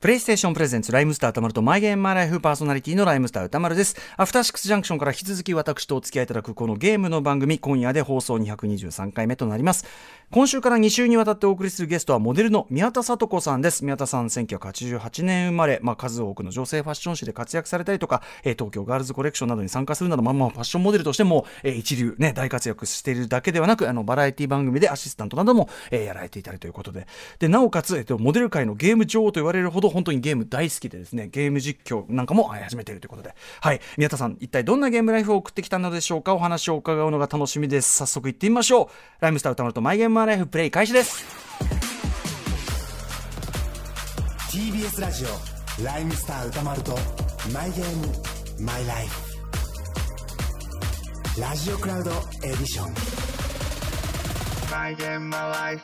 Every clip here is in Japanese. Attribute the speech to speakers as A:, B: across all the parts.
A: プレイステーションプレゼンツ、ライムスター歌丸と、マイゲームマイライフパーソナリティのライムスター歌丸です。アフターシックスジャンクションから引き続き私とお付き合いいただくこのゲームの番組、今夜で放送223回目となります。今週から2週にわたってお送りするゲストは、モデルの宮田聡子さんです。宮田さん、1988年生まれ、まあ、数多くの女性ファッション誌で活躍されたりとか、えー東京ガールズコレクションなどに参加するなど、まあまあ、ファッションモデルとしても、えー一流、ね、大活躍しているだけではなく、あの、バラエティ番組でアシスタントなども、えーやられていたりということで、で、なおかつ、えっと、モデル界のゲーム女王と言われるほど、本当にゲーム大好きでですね、ゲーム実況なんかもはい始めているということで、はい、宮田さん、一体どんなゲームライフを送ってきたのでしょうか、お話を伺うのが楽しみです。早速行ってみましょう。ライムスター歌丸とマイゲームマイライフプレイ開始です。
B: TBS ラジオライムスター歌丸とマイゲームマイライフラジオクラウドエディション
C: my game, my life.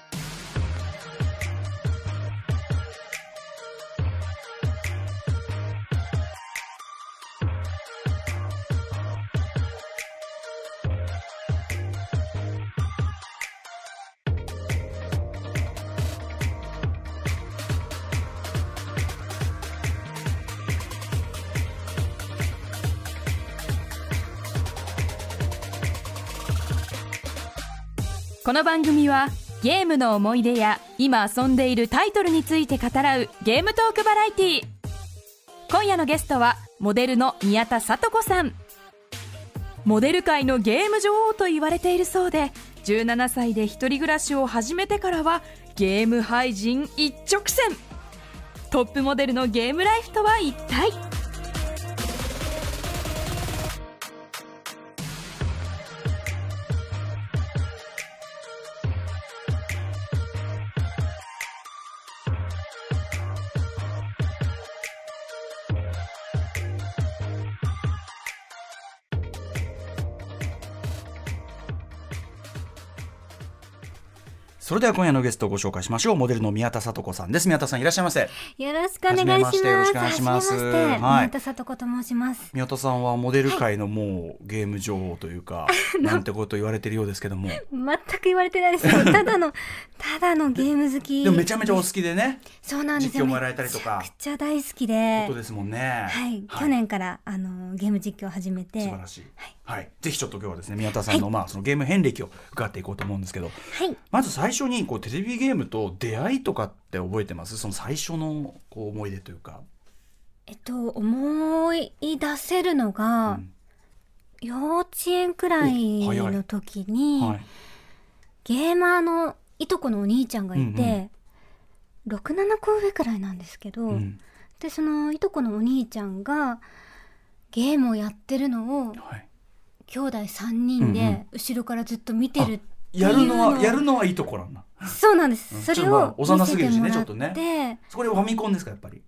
D: この番組はゲームの思い出や今遊んでいるタイトルについて語らうゲームトークバラエティー今夜のゲストはモデルの宮田聡子さんモデル界のゲーム女王と言われているそうで17歳で一人暮らしを始めてからはゲーム廃人一直線トップモデルのゲームライフとは一体
A: それでは今夜のゲストをご紹介しましょう。モデルの宮田聡子さんです。宮田さんいらっしゃいませ。
E: よろしくお願い
A: はじ
E: し
A: めま
E: ま
A: し
E: す。
A: てよろしくお願いします
E: はじめまして、
A: はい
E: 宮田聡子と申します。
A: 宮田さんはモデル界のもうゲーム女王という か、なんてこと言われてるようですけども、
E: 全く言われてないですよ。ただの、ただのゲーム好き。
A: でもめちゃめちゃお好きでね、
E: そうなんです
A: 実
E: よ。
A: 況もやられたりとか
E: めちゃくちゃ大好きで。
A: ことですもんね。
E: はい、去年から、あの、ゲーム実況を始めて。
A: 素晴らしい、はいぜひちょっと今日はですね宮田さんの,、まあそのゲーム遍歴を伺っていこうと思うんですけど
E: はい。
A: まず最初にこうテレビゲームと出会いとかって覚えてますその最初のこう思い出というか、
E: えっと、思い出せるのが、
A: うん
E: 幼稚園くらい
A: お早い
E: の時に、
A: はい、
E: ゲーマーのいとこのお兄ちゃんがいて、
A: うんうん
E: 67個上くらいなんですけど、
A: うん
E: でそのいとこのお兄ちゃんがゲームをやってるのを
A: はい、
E: 兄弟3人
A: うんう
E: で後ろからずっと見てるっていう
A: やるのは
E: を
A: やるのはいいところなんだ
E: そうなんです、
A: うん
E: そ
A: ち
E: れ
A: ょっとまあ
E: を
A: 幼
E: 見
A: す
E: せ
A: ぎ
E: て
A: るし
E: も
A: ね
E: らっ
A: ち
E: て、
A: ょっとそこでファミコンですかやっぱり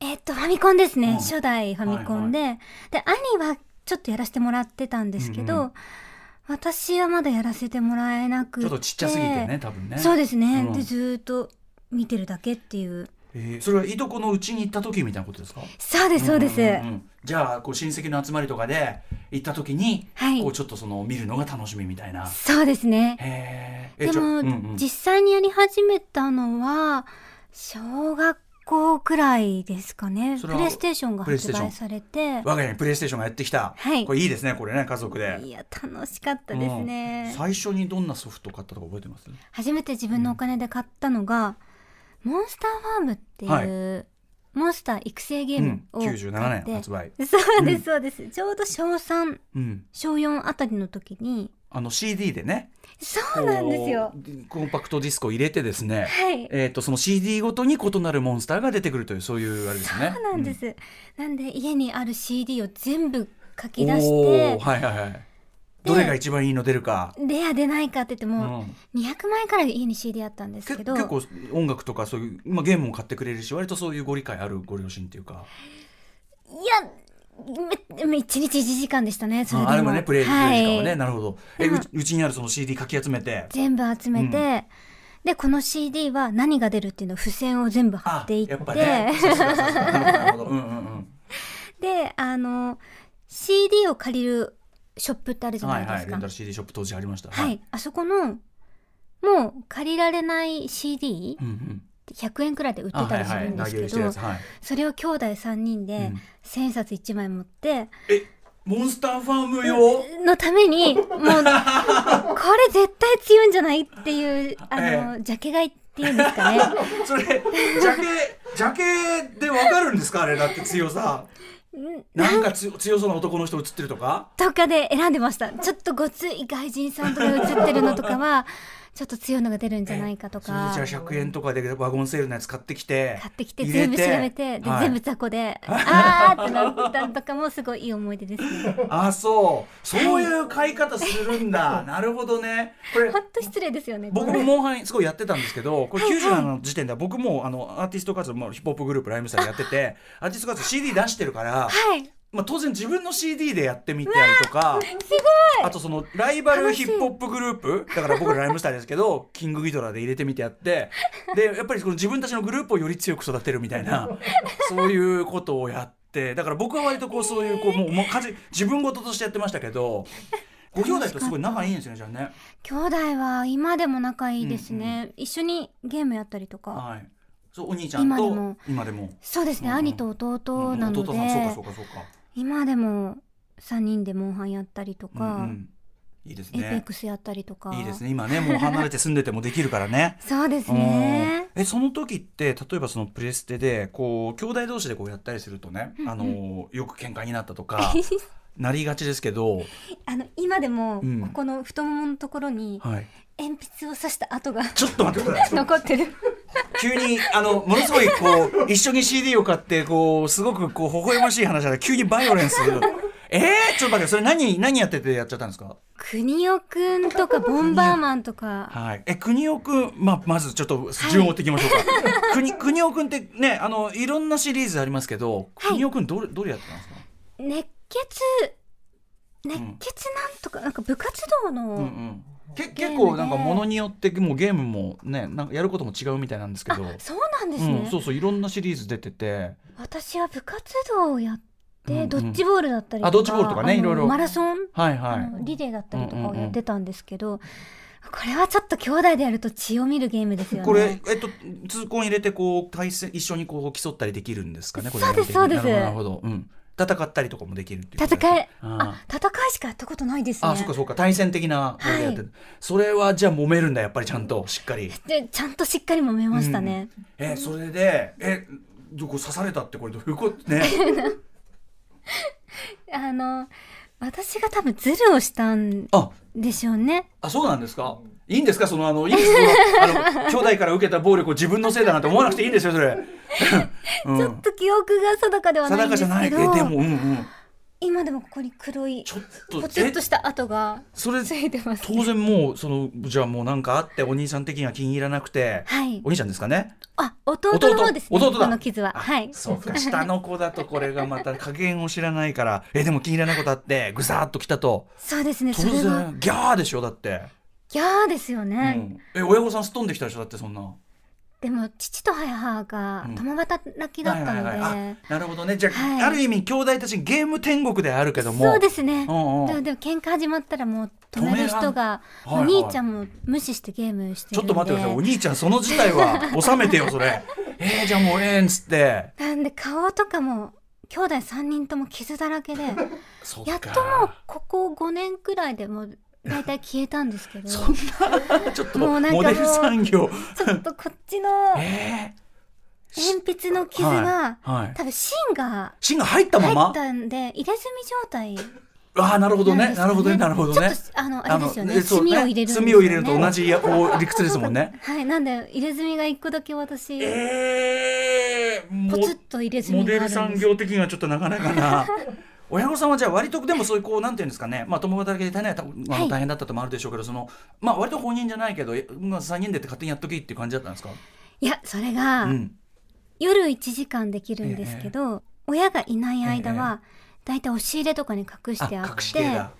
E: えっとファミコンですね、
A: うん
E: 初代ファミコンで、で兄はちょっとやらせてもらってたんですけど、
A: うんうん
E: 私はまだやらせてもらえなく
A: ち
E: て
A: ょっとちっちゃすぎてね多分ね
E: そうですね、
A: うん
E: でずーっと見てるだけっていう
A: えーそれはいとこのうちに行った時みたいなことですか
E: そうですそうです、
A: んんうんじゃあこう親戚の集まりとかで行った時に、
E: はい
A: こうちょっとその見るのが楽しみみたいな
E: そうですね
A: へーえ
E: で
A: じゃあ
E: も、
A: うんうん
E: 実際にやり始めたのは小学校くらいですかね
A: それ
E: プ
A: は
E: レイステーションが
A: プレイステ
E: 発
A: ーション
E: 売されて
A: 我が家にプレイステーションがやってきた、
E: はい
A: これいいですねこれね家族で
E: いや楽しかったです
A: うん
E: ね、
A: 最初にどんなソフト買ったとか覚えてます
E: 初めて自分のお金で買ったのが、モンスターファームっていう、
A: は
E: モンスター育成ゲームを
A: うん
E: 買って、
A: 97年発売、
E: そうですそうです、ちょうど小3
A: うん、
E: 小4あたりの時に
A: あの CD でね
E: そうなんですよ
A: こうコンパクトディスコを入れてですね、
E: はい
A: えー、とその CD ごとに異なるモンスターが出てくるというそういうあれですね
E: そうなんです、なんで家にある CD を全部書
A: うん
E: き出し
A: おー
E: て
A: はいはいはいどれが一番いいの出るか、
E: レア出ないかって言って
A: う
E: も、
A: ん、
E: 200万円からい家に CD あったんです
A: け
E: けど
A: 結構音楽とかそういう、まあ、ゲームも買ってくれるし割とそういうご理解あるご両親っていうか
E: いやめめ1日1時間でしたねそれで
A: あ
E: も
A: あれもねプレイプレイ時間はね、
E: はい
A: なるほどえ
E: でも
A: うちうちにあるその CD かき集めて
E: 全部集めて、でこの CD は何が出るっていうのを付箋を全部貼
A: あ
E: っていって
A: やっぱねさすがさすがなるほどうんうんうん
E: であの CD を借りるショップってあるじゃ
A: は
E: ないい
A: は
E: で
A: い
E: す
A: レ
E: か、
A: ン
E: は
A: タ
E: い
A: ル CD ショップ当時ありました、、
E: あそこのもう借りられない CD
A: うんうん
E: 100円くらいで売ってたりするんですけ
A: してる
E: ど
A: やつはい
E: それを兄弟3人で1000円札1枚持って
A: モンスターファーム用
E: のために もうこれ絶対強いんじゃないっていうあのジャケ買いっていうんですかね
A: それジャケジャケでわかるんですかあれだって強さなんかつ強そうな男の人映ってるとか
E: とかで選んでましたちょっとごつい外人さんとかが写ってるのと かはちょっと強いのが出るんじゃないかと
A: それで
E: か
A: じゃあ100円とかでワゴンセールのやつ買ってきて
E: 買ってきて
A: 入れ
E: 全部調べてで
A: はい
E: 全部雑魚であーってなったのとかもすごいいい思い出ですね
A: あそうそういう買い方するんだなるほどねこれ
E: ほんと失礼ですよね
A: 僕もモンハンすごいやってたんですけどこれ97の時点では僕もあのアーティスト活動もうヒップホップグループライムスターやっててアーティスト活動 CD 出してるから、
E: はい
A: まあ、当然自分の CD でやってみたりとか
E: すごい
A: あとそのライバルヒップホップグループだから僕らライムスターですけ どキングギドラで入れてみてやってでやっぱりこの自分たちのグループをより強く育てるみたいなそういうことをやってだから僕は割とこうそういうこうもうもう完全に自分事としてやってましたけどご兄弟とすごい仲いいんですよねじゃあね。
E: 兄弟は今でも仲いいですね、一緒にゲームやったりとか、
A: はい、そうお兄ちゃんと
E: 今でも
A: 今でも
E: そうですね、
A: うんうん
E: 兄と弟なので、
A: 弟さんそうかそうかそうか
E: 今でも3人でモンハンやったりとか、
A: うんうん、いいです
E: エイペッ
A: ね
E: クスやったりとか
A: いいですね今ねもう離れて住んでてもできるからね
E: そうです
A: う
E: ね
A: んえその時って例えばそのプレステでこう兄弟同士でこうやったりするとね、あのよく喧嘩になったと かなりがちですけど、
E: あの今でも
A: うん
E: ここの太もものところに
A: はい、
E: 鉛筆を刺した跡が
A: ちょっと待ってください
E: 残ってる
A: 急にあのものすごいこう一緒に CD を買ってこうすごくこう微笑ましい話だった急にバイオレンスえー、ちょっと待ってそれ何何やっててやっちゃったんですか
E: 国尾くんとかボンバーマンとか
A: はい、え国尾くん、まあ、まずちょっと順を追っていきましょうか、国国尾くんってねあのいろんなシリーズありますけど、
E: はい
A: 国尾くんどれどれやってたんですか、
E: 熱血熱血なんとかなんか部活動の、
A: うんうん、け
E: ゲーム
A: 結
E: ね
A: 構なんかものによってもうゲームもねなんかやることも違うみたいなんですけど
E: そうなんですね、
A: うん、そうそういろんなシリーズ出てて
E: 私は部活動をやっ
A: うんう
E: て
A: ん
E: ドッジボールだったりとか
A: あドッジボールとかね
E: あの
A: いろいろ
E: マラソン
A: はい
E: あ
A: はい
E: のリレーだったりとかをやってたんですけど、これはちょっと兄弟でやると血を見るゲームですよね。
A: これ、えっと、痛恨入れてこう対戦一緒にこう競ったりできるんですかねこれ
E: そうですそうです
A: なるほどなるほど、うん、戦ったりとかもできるっていうことです
E: 戦
A: ね
E: い、
A: あー
E: あ、戦いしかやったことないですね。
A: あそうかそうか対戦的なこれでやってる、
E: は
A: それはじゃあ揉めるんだやっぱりちゃんとしっかり
E: で、ちゃんとしっかり揉めましたね。
A: えそれでえどこ刺されたってこれどういうことね
E: あの、私が多分ズルをしたん
A: あ
E: でしょうね。
A: あそうなんですかいいんですかそのあのいいんですか そのあの兄弟から受けた暴力を自分のせいだなんて思わなくていいんですよそ れ、うん、
E: ちょっと記憶が定かではない
A: 定
E: ん
A: か
E: で
A: じ
E: す
A: ゃない
E: け
A: け
E: ど、
A: どでもうんうん
E: 今でもここに黒い
A: ちょっと
E: ポチッとした跡が
A: えそれ
E: ついてます、
A: 当然もうそのじゃあもうなんかあってお兄さん的には気に入らなくて、
E: はい
A: お兄ちゃんですかね
E: あ、弟の方ですね。
A: 弟だ
E: この傷は。
A: あ
E: はい。
A: そうか下の子だとこれがまた加減を知らないからえでも気に入らないことあってぐさーっときたと
E: そうですね。
A: 当
E: それは、
A: 然ギャーでしょだって、
E: ギャーですよ
A: う
E: ね。
A: ん、え親御さんすっ飛んできたでしょだってそんな
E: でも父と母が
A: うん
E: 共働きだったので、
A: はいはいはいあなるほどねじゃあ、
E: はい
A: ある意味兄弟たちゲーム天国であるけども
E: そうですね、
A: うんうん
E: でもでも喧嘩始まったらもう止める人が、
A: 止めらんはいはい
E: お兄ちゃんも無視してゲームして
A: ちょっ
E: るんで
A: と待ってくださいお兄ちゃんその事態は収めてよそ れえー、じゃあもうええんっつって
E: なんで顔とかも兄弟3人とも傷だらけで
A: そ
E: やっともうここ5年くらいでもう大体消えたんですけどち
A: そ
E: ょ
A: うかちょっと
E: もうなんかも
A: モ
E: う
A: デル産業
E: っとこっちの
A: え
E: 鉛筆の傷が、
A: はいはい
E: 多分芯が
A: 芯が入ったま
E: 入
A: ま
E: ったんで入れ墨状態なんですか
A: ああなるほどねなるほどねなるほどね
E: ちょっとあのあれですよね
A: あのそう
E: 墨を入れるんですよね
A: 墨を入れると同じやこう理屈ですもん ね
E: はい、なんで入れ墨が一個だけ私、
A: ええ
E: ポツッと入れ墨
A: モデ
E: があ
A: ル
E: るん
A: 産
E: です。
A: 業的にはちょっとなかなかな 親御さんはじゃあ割とでもそういうこうなんていうんですかね、まあ、共働きで大変,、あ
E: は
A: の
E: い
A: 大変だったともあるでしょうけどその、まあ、割と本人じゃないけど、えまあ、3人でって勝手にやっときっていう感じだったんですか、
E: いや、それが、
A: うん、
E: 夜1時間できるんですけど、親がいない間は、だいたい押し入れとかに隠し
A: あ
E: てあ
A: 隠
E: っ、
A: して系だ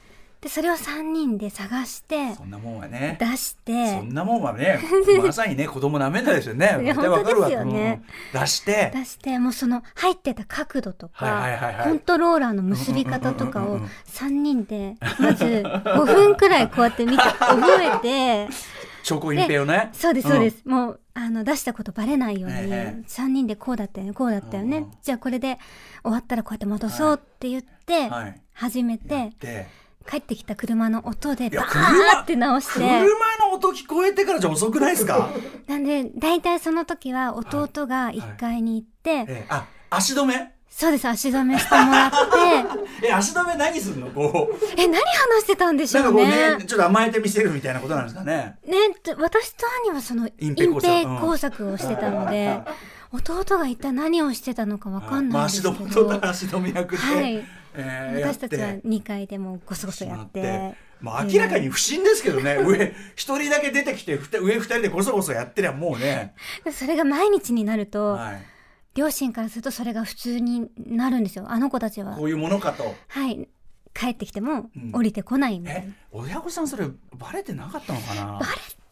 E: で、それを3人で探して、
A: そんなもんはね
E: 出して、
A: そんなもんは ねまさにね子供なめんないですよね
E: い
A: 絶
E: や
A: 対わかるわ、
E: 本当ですよね
A: うん出して
E: 出して、もうその入ってた角度とか、
A: はいはいはいはい
E: コントローラーの結び方とか
A: うんうんうん
E: を
A: うん
E: 3人で、まず5分くらいこうやって見て覚えて、
A: 証拠隠蔽をね
E: そうですそうです、もうあの出したことバレないように、
A: ええ
E: 3人でこうだったよねこうだったよね、
A: うんうん
E: じゃあこれで終わったらこうやって戻そうって言って
A: はい
E: 始めて、
A: で
E: 帰ってきた車の音でバ
A: 車
E: ーって直して
A: 車の音聞こえてからじゃ遅くないですか
E: なんで大体その時は弟が1階に行って、
A: えあ足止め
E: そうです足止めしてもらって
A: え足止め何するのこう
E: え何話してたんでし
A: なん
E: ょ
A: か
E: う
A: こう
E: ね
A: ねちょっと甘えてみせるみたいなことなんですかね
E: ねって私と兄はその
A: 隠
E: 隠
A: 蔽工作
E: 蔽工作をしてたので、弟が一体何をしてたのかわかんないんですけ
A: まあ足止
E: ど、
A: めと足止め役で、
E: はい
A: えー
E: 私たちは
A: やって
E: 2階でもうゴソゴソやって
A: まあ明らかに不審ですけどね、上一人だけ出てきてふた上二人でこそこそやってりゃもうね、
E: でそれが毎日になると、
A: はい、
E: 両親からするとそれが普通になるんですよあの子たちは
A: こういうものかと
E: はい帰ってきても
A: うん
E: 降りてこないみたいな、
A: え親御さんそれバレてなかったのかな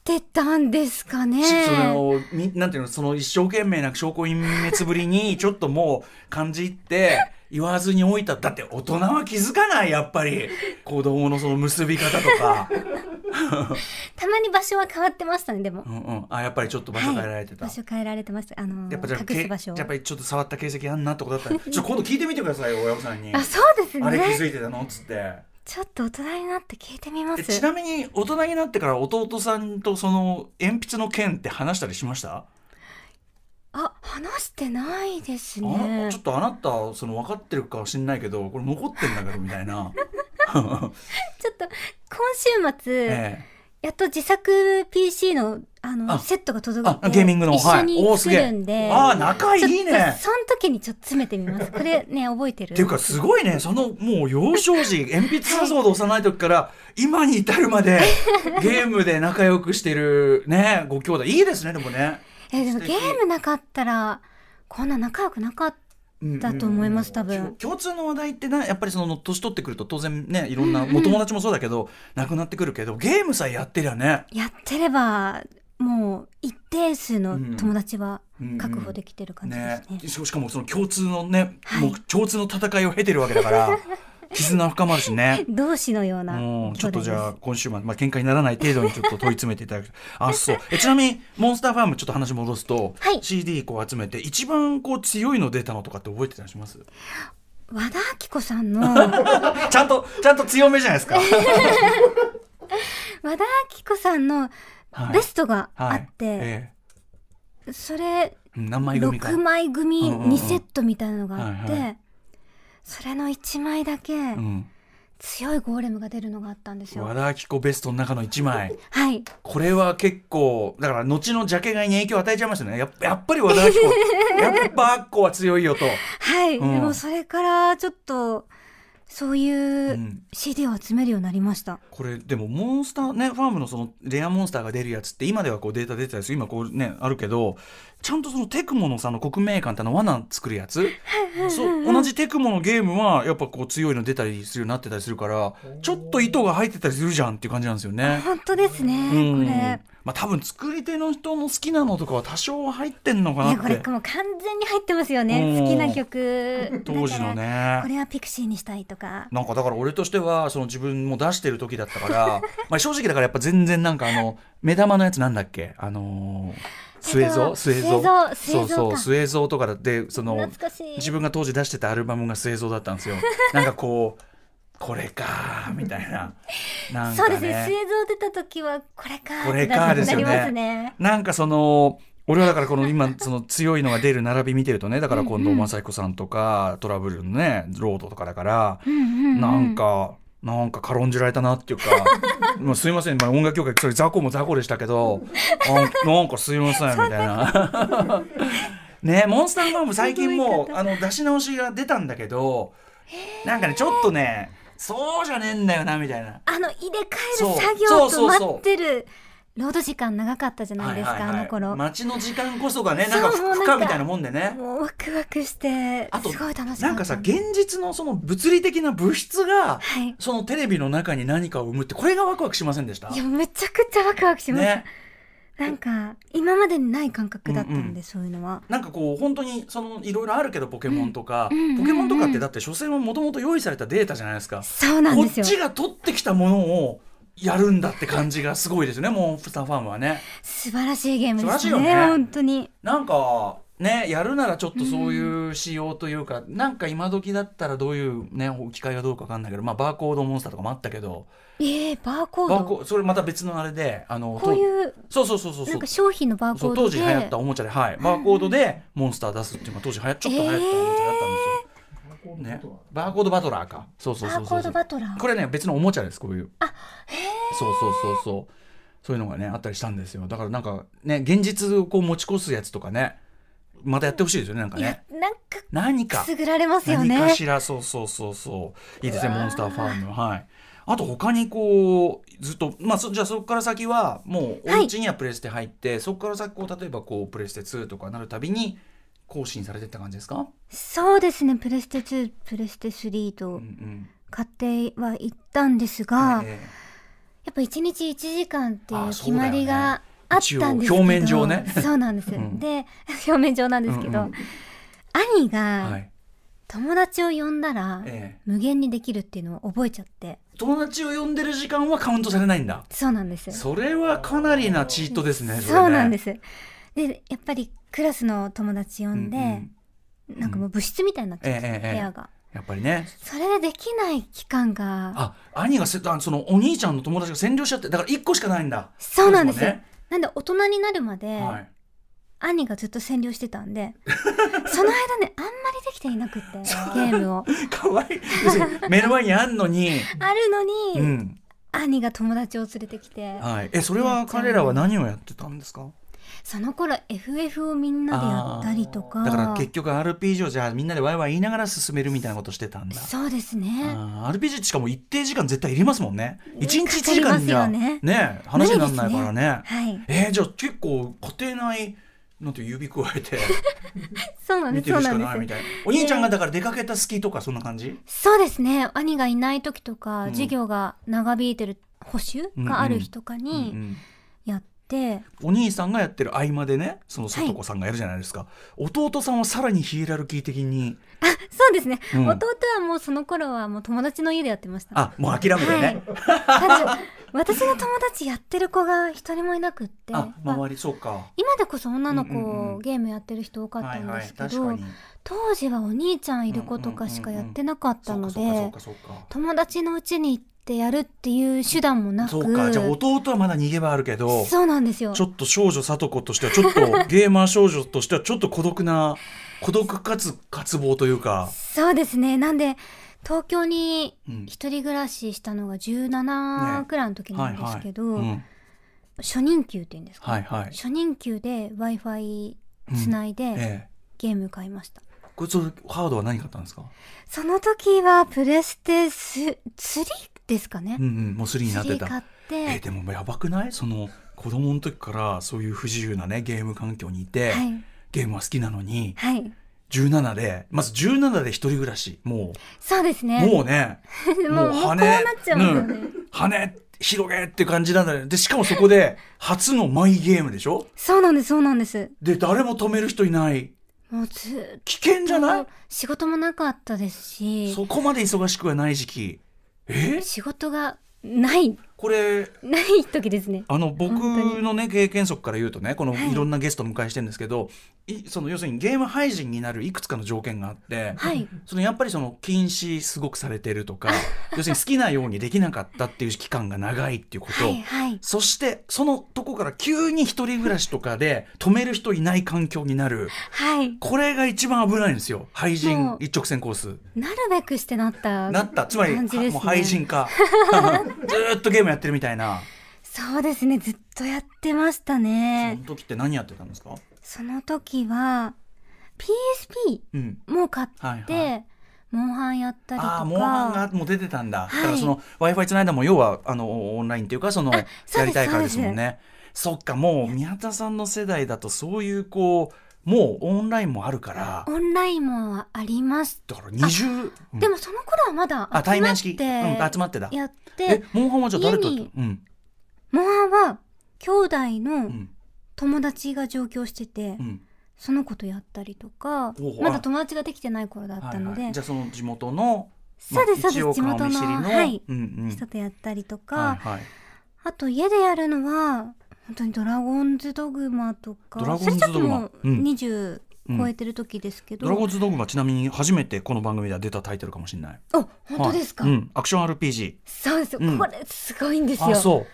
E: 出たんですかね
A: そのみなんていうのその一生懸命な証拠隠滅ぶりにちょっともう感じ入 って言わずに置いただって大人は気づかないやっぱり子供のその結び方と か
E: たまに場所は変わってましたねでも、
A: うん、うん、あやっぱりちょっと場所変えられてた、
E: はい、場所変えられてましたあの
A: やっぱじゃあ
E: 隠す場所を
A: けやっぱりちょっと触った形跡あんなってことだった らちょっと今度聞いてみてくださいよ親御さんに
E: あそうです
A: あれ気
E: ね
A: づいてたのっつって
E: ちょっと大人になって聞いてみま
A: え
E: す
A: ちなみに大人になってから弟さんとその鉛筆の件って話したりしました、
E: あ話してないです
A: あ
E: ね
A: ちょっとあなたその分かってるかは知んないけどこれ残ってんだけどみたい な、
E: ちょっと今週末、
A: ええ
E: やっと自作 PC のあの
A: あ
E: セットが届
A: あ
E: いて
A: ゲーミングの
E: 一緒に
A: はいおーす
E: 作
A: げえ
E: るんで、
A: あー仲いいね
E: ちょっとその時にちょっと詰めてみ ますこれね覚えてる
A: っていうかすごいねそのもう幼少時鉛筆さそうで幼い時から今に至るま でゲームで仲良くしてるねご兄弟いいですねでもね。
E: えでも
A: 素
E: ゲ
A: 敵
E: ームなかったらこんな仲良くなかっただと思います多分
A: きょ共通の話題ってなやっぱりその年取ってくると当然ねいろんな、お友達もそうだけどなくなってくるけどゲームさえやってりゃね
E: やってればもう一定数の友達は確保できてる感じですね
A: ね,、ししかもその共通のね、
E: はい
A: もう共通の戦いを経てるわけだから 絆深まるしね。
E: 同志のような
A: もうちょっとじ
E: 兄
A: ゃあ
E: 弟で
A: 今週まで、まあ、喧嘩にならない程度にちょっと問い詰めてい ただきあそうえちなみに「モンスターファーム」ちょっと話戻すと、
E: はい
A: CD こう集めて一番こう強いの出たのとかって覚えてたりします
E: す和田アキ子さん の和
A: ちゃんとちゃんと強めじゃないです か。
E: 田アキ子さんの
A: はい
E: ベストがあ
A: はい
E: って、
A: え
E: それ
A: えうん何枚組か
E: 6枚組
A: うんうんうん
E: 2セットみたいなのがあって、
A: はいは
E: それの1枚だけ
A: うん、
E: 強いゴーレムが出るのがあったんですよ
A: 和。田アキ子ベストの中の1枚
E: はい、
A: これは結構だから後のジャケ買いに影響を与えちゃいましたねやっやっぱり和田アキ子 やっぱアッコは強いよと、
E: はい、
A: うん、
E: でもそれからちょっとそういううん CD を集めるようになりました。
A: これでもモンスターねファームのそのレアモンスターが出るやつって今ではこうデータ出てたりする今こうねあるけどちゃんとそのテクモのさあの国名館ってあの罠作るやつそう同じテクモのゲームはやっぱこう強いの出たりするようになってたりするからちょっと糸が入ってたりするじゃんっていう感じなんですよね。
E: 本当ですね、
A: うん
E: これ。
A: まあ多分作り手の人の好きなのとかは多少は入ってんのか
E: い
A: な
E: やこれ
A: って
E: もう完全に入ってますよね
A: うん
E: 好きな曲
A: 当時の
E: だか
A: ね
E: らこれはピクシーにしたいとか
A: なんかだから俺としてはその自分も出してる時だったから まあ正直だからやっぱ全然なんかあの目玉のやつなんだっけあのー、スエゾス
E: 末
A: エゾ
E: 蔵
A: そ
E: 末蔵
A: うそう
E: か
A: スエゾとかだってその
E: 懐かしい
A: 自分が当時出してたアルバムがスエゾだったんです よなんかこうこれかーみたいななん
E: そう
A: か
E: ですね
A: ね
E: 末蔵出た時はこれかー
A: これかー
E: ってなり
A: ですよね
E: ますね
A: なんかその俺はだからこの今その強いのが出る並び見てるとねだから近藤真彦さんとかトラブルのねロードとかだから
E: うんうんうん
A: なんか、なんか軽んじられたなって いうか、もうすいません、まあ、音楽協会、それ雑魚も雑魚でしたけど、あなんかすいません、みたいな。 ねモンスターファーム最近もう、あの、出し直しが出たんだけど、なんかね、ちょっとね、そうじゃねえんだよな、みたいな。
E: あの入れ替え
A: そう
E: る作業
A: そ
E: と
A: うそう
E: 待
A: そう
E: ってる労働時間長かったじゃないですか、
A: はいはいはい
E: あの頃も
A: 街の時間こそがね、なんか
E: そうもうなん
A: 負
E: か
A: 荷みたいなもんでね。
E: うワクワクして
A: あと
E: すごい楽しかった
A: なんかさ、現実のその物理的な物質が、
E: はい
A: そのテレビの中に何かを生むって、これがワクワクしませんでした
E: いやめちゃくちゃワクワクしました、
A: ね。
E: なんか今までにない感覚だったんで、
A: うんうん
E: そういうのは
A: なんかこう本当にそのいろいろあるけどポケモンとか、
E: うんうんうんうん
A: ポケモンとかってだって所詮はもともと用意されたデータじゃないですか。
E: そうなん
A: こ
E: で
A: っ
E: すよ
A: ちが取ってきたものをやるんだって感じがすごいですよね、モンスターファームはね。
E: 素晴らしいゲームで
A: 素晴
E: し
A: ら
E: た
A: しい
E: ね
A: よね
E: 本当に
A: なんかねやるならちょっとそういう仕様というか、なんか今時だったらどういうね置き換えがどうかわかんないけど、まあ、バーコードモンスターとかもあったけど
E: えー、バーコー
A: バ
E: ド
A: ーコそれまた別のあれであの
E: こういう
A: とそうそうそうそうそ
E: なん
A: う
E: か商品のバー
A: そ
E: コー
A: う
E: ド
A: 当
E: で
A: 時流行ったおもちゃで、はい、バーコードでモンスター出すっていうのが当時流行ちょっと流行ったおもちゃだったんですよ、ね、バーコードバトラーかそうそう
E: バ
A: そう
E: ーコ
A: そう
E: ードバトラー
A: これね別のおもちゃですこういうそうそうそうそうそういうのがねあったりしたんですよだからなんかね現実をこう持ち越すやつとかねまたやってほしいですよねなんか
E: いや
A: ね
E: なんか
A: 何
E: く
A: か
E: すぐられますよ
A: 何
E: ね
A: かしらそうそうそうそういいですねモンスターファームはいあと他にこうずっとまあそじゃあそこから先はもう
E: はい
A: お家にはプレステ入って、そこから先こう例えばこうプレステ2とかなるたびに更新されてった感じですか、
E: そうですねプレステ2プレステ3
A: う
E: と
A: んうん
E: 買ってはいったんですが、
A: ええ
E: やっぱ1日1時間ってい
A: あ
E: う
A: そ
E: 決
A: うだよね
E: まりがあったんですけど、
A: 一応表面上ね
E: そうなんです、
A: うん
E: で 表面上なんですけど、
A: うんうん
E: 兄
A: は
E: が
A: い
E: 友達を呼んだら
A: ええ
E: 無限にできるっていうのを覚えちゃって
A: 友達を呼んでる時間はカウントされないんだ
E: そうなんです
A: それはかなりなチートですね。れね
E: そうなんで。すでやっぱりクラスの友達呼んで、
A: うんうん
E: なんかもう部室みたいになっちゃって、
A: ええええ
E: 部屋が
A: やっぱりね。
E: それでできない期間が
A: あ、兄がせあそのお兄ちゃんの友達が占領しちゃって、だから一個しかないんだ。
E: そうなんです
A: そうですもんね
E: なんで大人になるまで、
A: はい。
E: 兄がずっと占領してた んでその間ねあんまりできていなくてゲームを
A: かわいい。要するに目の前にあんの に。
E: あるのに、
A: うん。
E: 兄が友達を連れてきて
A: はい。え、それは彼らは何をやってたんですか。
E: その頃 FF をみんなでやったりとか
A: だから結局 RPG をじゃあみんなでワイワイ言いながら進めるみたいなことしてたんだ。
E: そうですね
A: あー RPG しかも一定時間絶対いりますもんね。一日
E: か
A: 一
E: か
A: 時
E: りま
A: 間
E: す
A: じゃ
E: よね
A: ね話にならないからね。
E: はい
A: えー、じゃあ結構家庭内なんて指加えて。
E: そうなん
A: 見
E: です
A: て
E: そ
A: る
E: う
A: し
E: な
A: かない
E: ん
A: み
E: で
A: たいな。お兄ちゃんがだから出かけた隙とかそんな感じ？
E: すそうですね兄がいない時とか、
A: うん
E: 授業が長引いてる補習がある日とか
A: うんう
E: に
A: ん
E: やって、
A: お兄さんがやってる合間でね、そのさとこさんがやるじゃないですか。弟さんはさらにヒエラルキー的に、
E: そうですね、
A: うん
E: 弟はもうその頃はもう友達の家でやってました
A: あ、もう諦めてね。
E: ただ私の友達やってる子が一人もいなくって
A: あ、
E: まあ
A: 周りそうか。
E: 今でこそ女の子、
A: うんうんうん
E: ゲームやってる人多かったんですけど、
A: はいはい、確かに。
E: 当時はお兄ちゃんいる子とかしかやってなかった
A: そう
E: の
A: か
E: で、
A: そうかそうか
E: 友達の家に行ってやるっていう手段もなく
A: そうか。そうか。じゃあ弟はまだ逃げ場あるけど。
E: そうなんですよ
A: ちょっと少女さとことしてはちょっとゲーマー少女としてはちょっと孤独な孤独かつ渇望というか、
E: そうですねなんで東京に
A: うん
E: 一人暮らししたのが17くらいの時なんですけど、
A: うん、
E: 初任給っていうんですか、
A: はいはい、
E: 初任給で w i f i つないで、
A: ええ、
E: ゲーム買いました
A: これそれハードは何買ったんですか
E: その時はプレステス3ですかね
A: うんうんもう3になって
E: 3
A: た
E: 買っ
A: え
E: て
A: でもやばくないその子供の時からそういう不自由なねゲーム環境にいて、
E: はい
A: ゲームは好きなのに
E: はい
A: 17でまず17で一人暮らしも
E: そうです
A: う、
E: ね
A: もうね
E: もうもうこうなっちゃうんですよね、
A: うん羽広げって感じなんだよねでしかもそこで初のマイゲームでしょ
E: そうなんですそうなんです
A: で誰も止める人いない
E: もうず
A: 危険じゃな
E: っ
A: い
E: と仕事もなかったですし
A: そこまで忙しくはない時期え
E: 仕事がない
A: これ
E: ない時ですね
A: あの僕
E: 本当
A: のね経験則から言うとねこの
E: はい
A: いろんなゲストを迎えしてるんですけど、いその要するにゲーム配信になるいくつかの条件があって、
E: はい
A: そのやっぱりその禁止すごくされてると か要するに好きなようにできなかったっていう期間が長いっていうこと、
E: はいはい
A: そしてそのとこから急に一人暮らしとかで止める人いない環境になる
E: はい
A: これが一番危ないんですよ廃人
E: もう
A: 一直線コース。
E: なるべくしてなった
A: なったつまり、
E: 感じですね
A: もう廃人 化ずーっとゲームやってるみたいな、
E: そうですねずっとやってました
A: そ
E: ね
A: の時って何やってたんですか、
E: その時は PSP
A: うん
E: もう買って、
A: はいは
E: モンハンやったりとか
A: ああーモンハンがもう出てたんだ、
E: はい
A: だからその w i f i つないだも要はあのオンラインというかその
E: あそうです
A: やりたいからですもんねそっかもう宮田さんの世代だとそういうこうもうオンラインもあるから
E: オンラインもあります、
A: だから20うん
E: でもその頃はまだ
A: あ
E: 集
A: 対
E: ま
A: 面
E: っ
A: 式、
E: て
A: うん、集まってだ
E: やっ
A: え
E: て
A: モンハンはじゃあ誰と
E: 家に
A: うん
E: モンハンは兄弟
A: う
E: の
A: ん
E: 友達が上京してて、
A: うん
E: その子とやったりとか
A: おう
E: まだ友達ができてない頃だっ
A: は
E: た
A: い
E: ので、
A: はい、じゃあその地元の
E: そうです
A: まあ
E: そうです
A: 一応顔見知り
E: 地元のはい
A: うんうん
E: 人とやったりとか、
A: はいはい
E: あと家でやるのは本当にドラゴンズドグマとか
A: ドラゴンズドグマ
E: それちょっともう20超えてる時ですけど、
A: ドラゴンズドグマちなみに初めてこの番組では出たタイトルかもしれない
E: あ本当ですか、
A: はいうん、アクション RPG
E: そうですよ、
A: うん
E: これすごいんですよ
A: あそう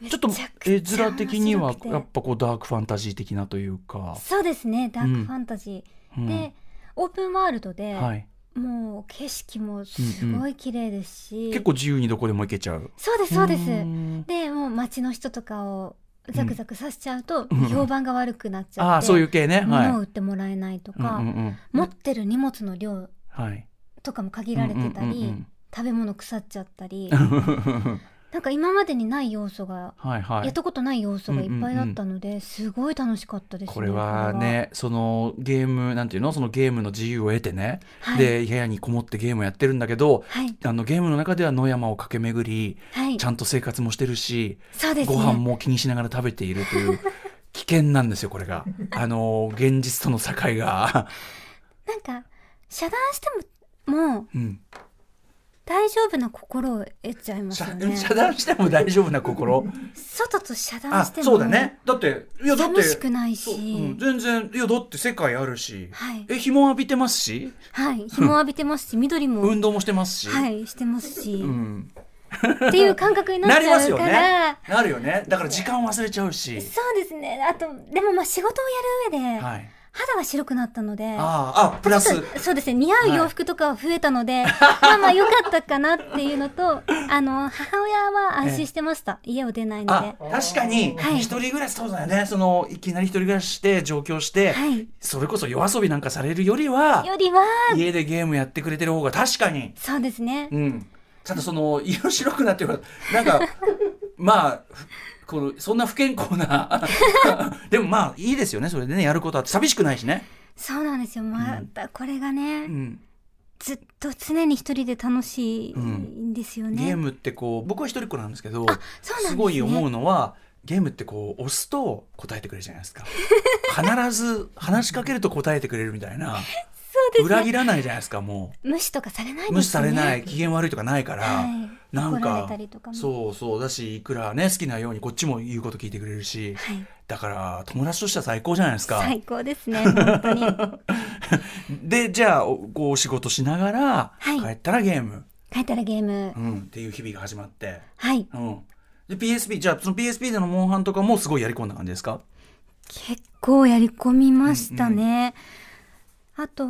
E: め
A: ちょっ
E: ち
A: と
E: ゃく
A: 絵
E: ちゃ
A: 面的には
E: 面白くて
A: やっぱこうダークファンタジー的なというか、
E: そうですねダー
A: うん
E: クファンタジ
A: う
E: ー、
A: ん
E: でオープンワールドで、
A: はい、
E: もう景色もすごい綺麗ですし、
A: 結構自由にどこでも行けちゃう
E: そうですそうです
A: ん
E: でもう街の人とかをザクザクさせちゃうと
A: うん
E: 評判が悪くなっちゃって、
A: ああそういう系ねはい
E: 物を売ってもらえないと
A: うん
E: か、
A: うんうん
E: 持ってる荷物の量
A: はい
E: とかも限られてたり、
A: うん
E: 食べ物腐っちゃったり
A: うんうんうん
E: なんか今までにない要素が、
A: はいは
E: やっ
A: い
E: たことない要素がいっぱいだったので、すごい楽しかったです、ね、
A: これはねそのゲームなんていうのそのゲームの自由を得てね、
E: これは、はい、
A: で部屋にこもってゲームやってるんだけど
E: はい
A: あのゲームの中では野山を駆け巡り
E: はい
A: ちゃんと生活もしてるし、
E: そうです
A: ご
E: ね
A: 飯も気にしながら食べていると いう危険なんですよこれがあの現実との境 が、
E: なんか遮断してももう
A: うん
E: 大丈夫な心を得ちゃいますよね
A: 遮断しても大丈夫な心
E: 外と遮断
A: あ
E: しても
A: そうだねだっていやだって
E: 寂しくないし、
A: そううん全然いやだって世界あるし
E: はい
A: え日も浴びてますし
E: はい日も浴びてますし緑も、
A: 運動もしてますし、
E: はいしてますし、
A: うん、
E: っていう感覚にな
A: な
E: っち
A: りま
E: ゃ
A: す
E: う
A: よ
E: から、
A: ねなるよねだから時間忘れちゃうし
E: そうですねあとでもまあ仕事をやる上で、
A: はい
E: 肌が白くなったので
A: あーあプラ
E: ちょ
A: ス
E: っとそうですね似合う洋服とかは増えたので、まあまあ良かったかなっていうのとあの母親は安心してました家を出ないの
A: あ
E: で。
A: 確かに
E: はい
A: 一人暮らしそうだよねそのいきなり一人暮らしして上京して、
E: はい
A: それこそ夜遊びなんかされるよりは
E: よりは
A: 家でゲームやってくれてる方が確かに
E: そうですね
A: うんただその色白くなってるなんか まあふこのそんな不健康な でもまあいいですよねそれでねやることあって寂しくないしね、
E: そうなんですよまたこれがね、
A: うん、
E: ずっと常に一人で楽しいんですよね、
A: ゲームってこう僕は一人っ子なんですけど
E: あそうなんですね
A: すごい思うのはゲームってこう押すと答えてくれるじゃないです か必ず話しかけると答えてくれるみたいな
E: そうです
A: 裏
E: ね
A: 切らないじゃないですかも
E: 無視とかされないですね
A: う無視されない機嫌悪いとかないから、
E: はい
A: なん
E: 怒られ
A: か
E: たりとかも
A: そうそうだしいくらね好きなようにこっちも言うこと聞いてくれるし、
E: はい
A: だから友達としては最高じゃないですか。
E: 最高で すね本当に
A: でじゃあおこうお仕事しながら、
E: はい
A: 帰ったらゲーム、
E: 帰ったらゲーム、
A: うん、っていう日々が始まって、
E: はい
A: うん、で PSP じゃあその PSP でのモンハンとかもすごいやり込んだ感じですか
E: 結構やり込みましたね、あと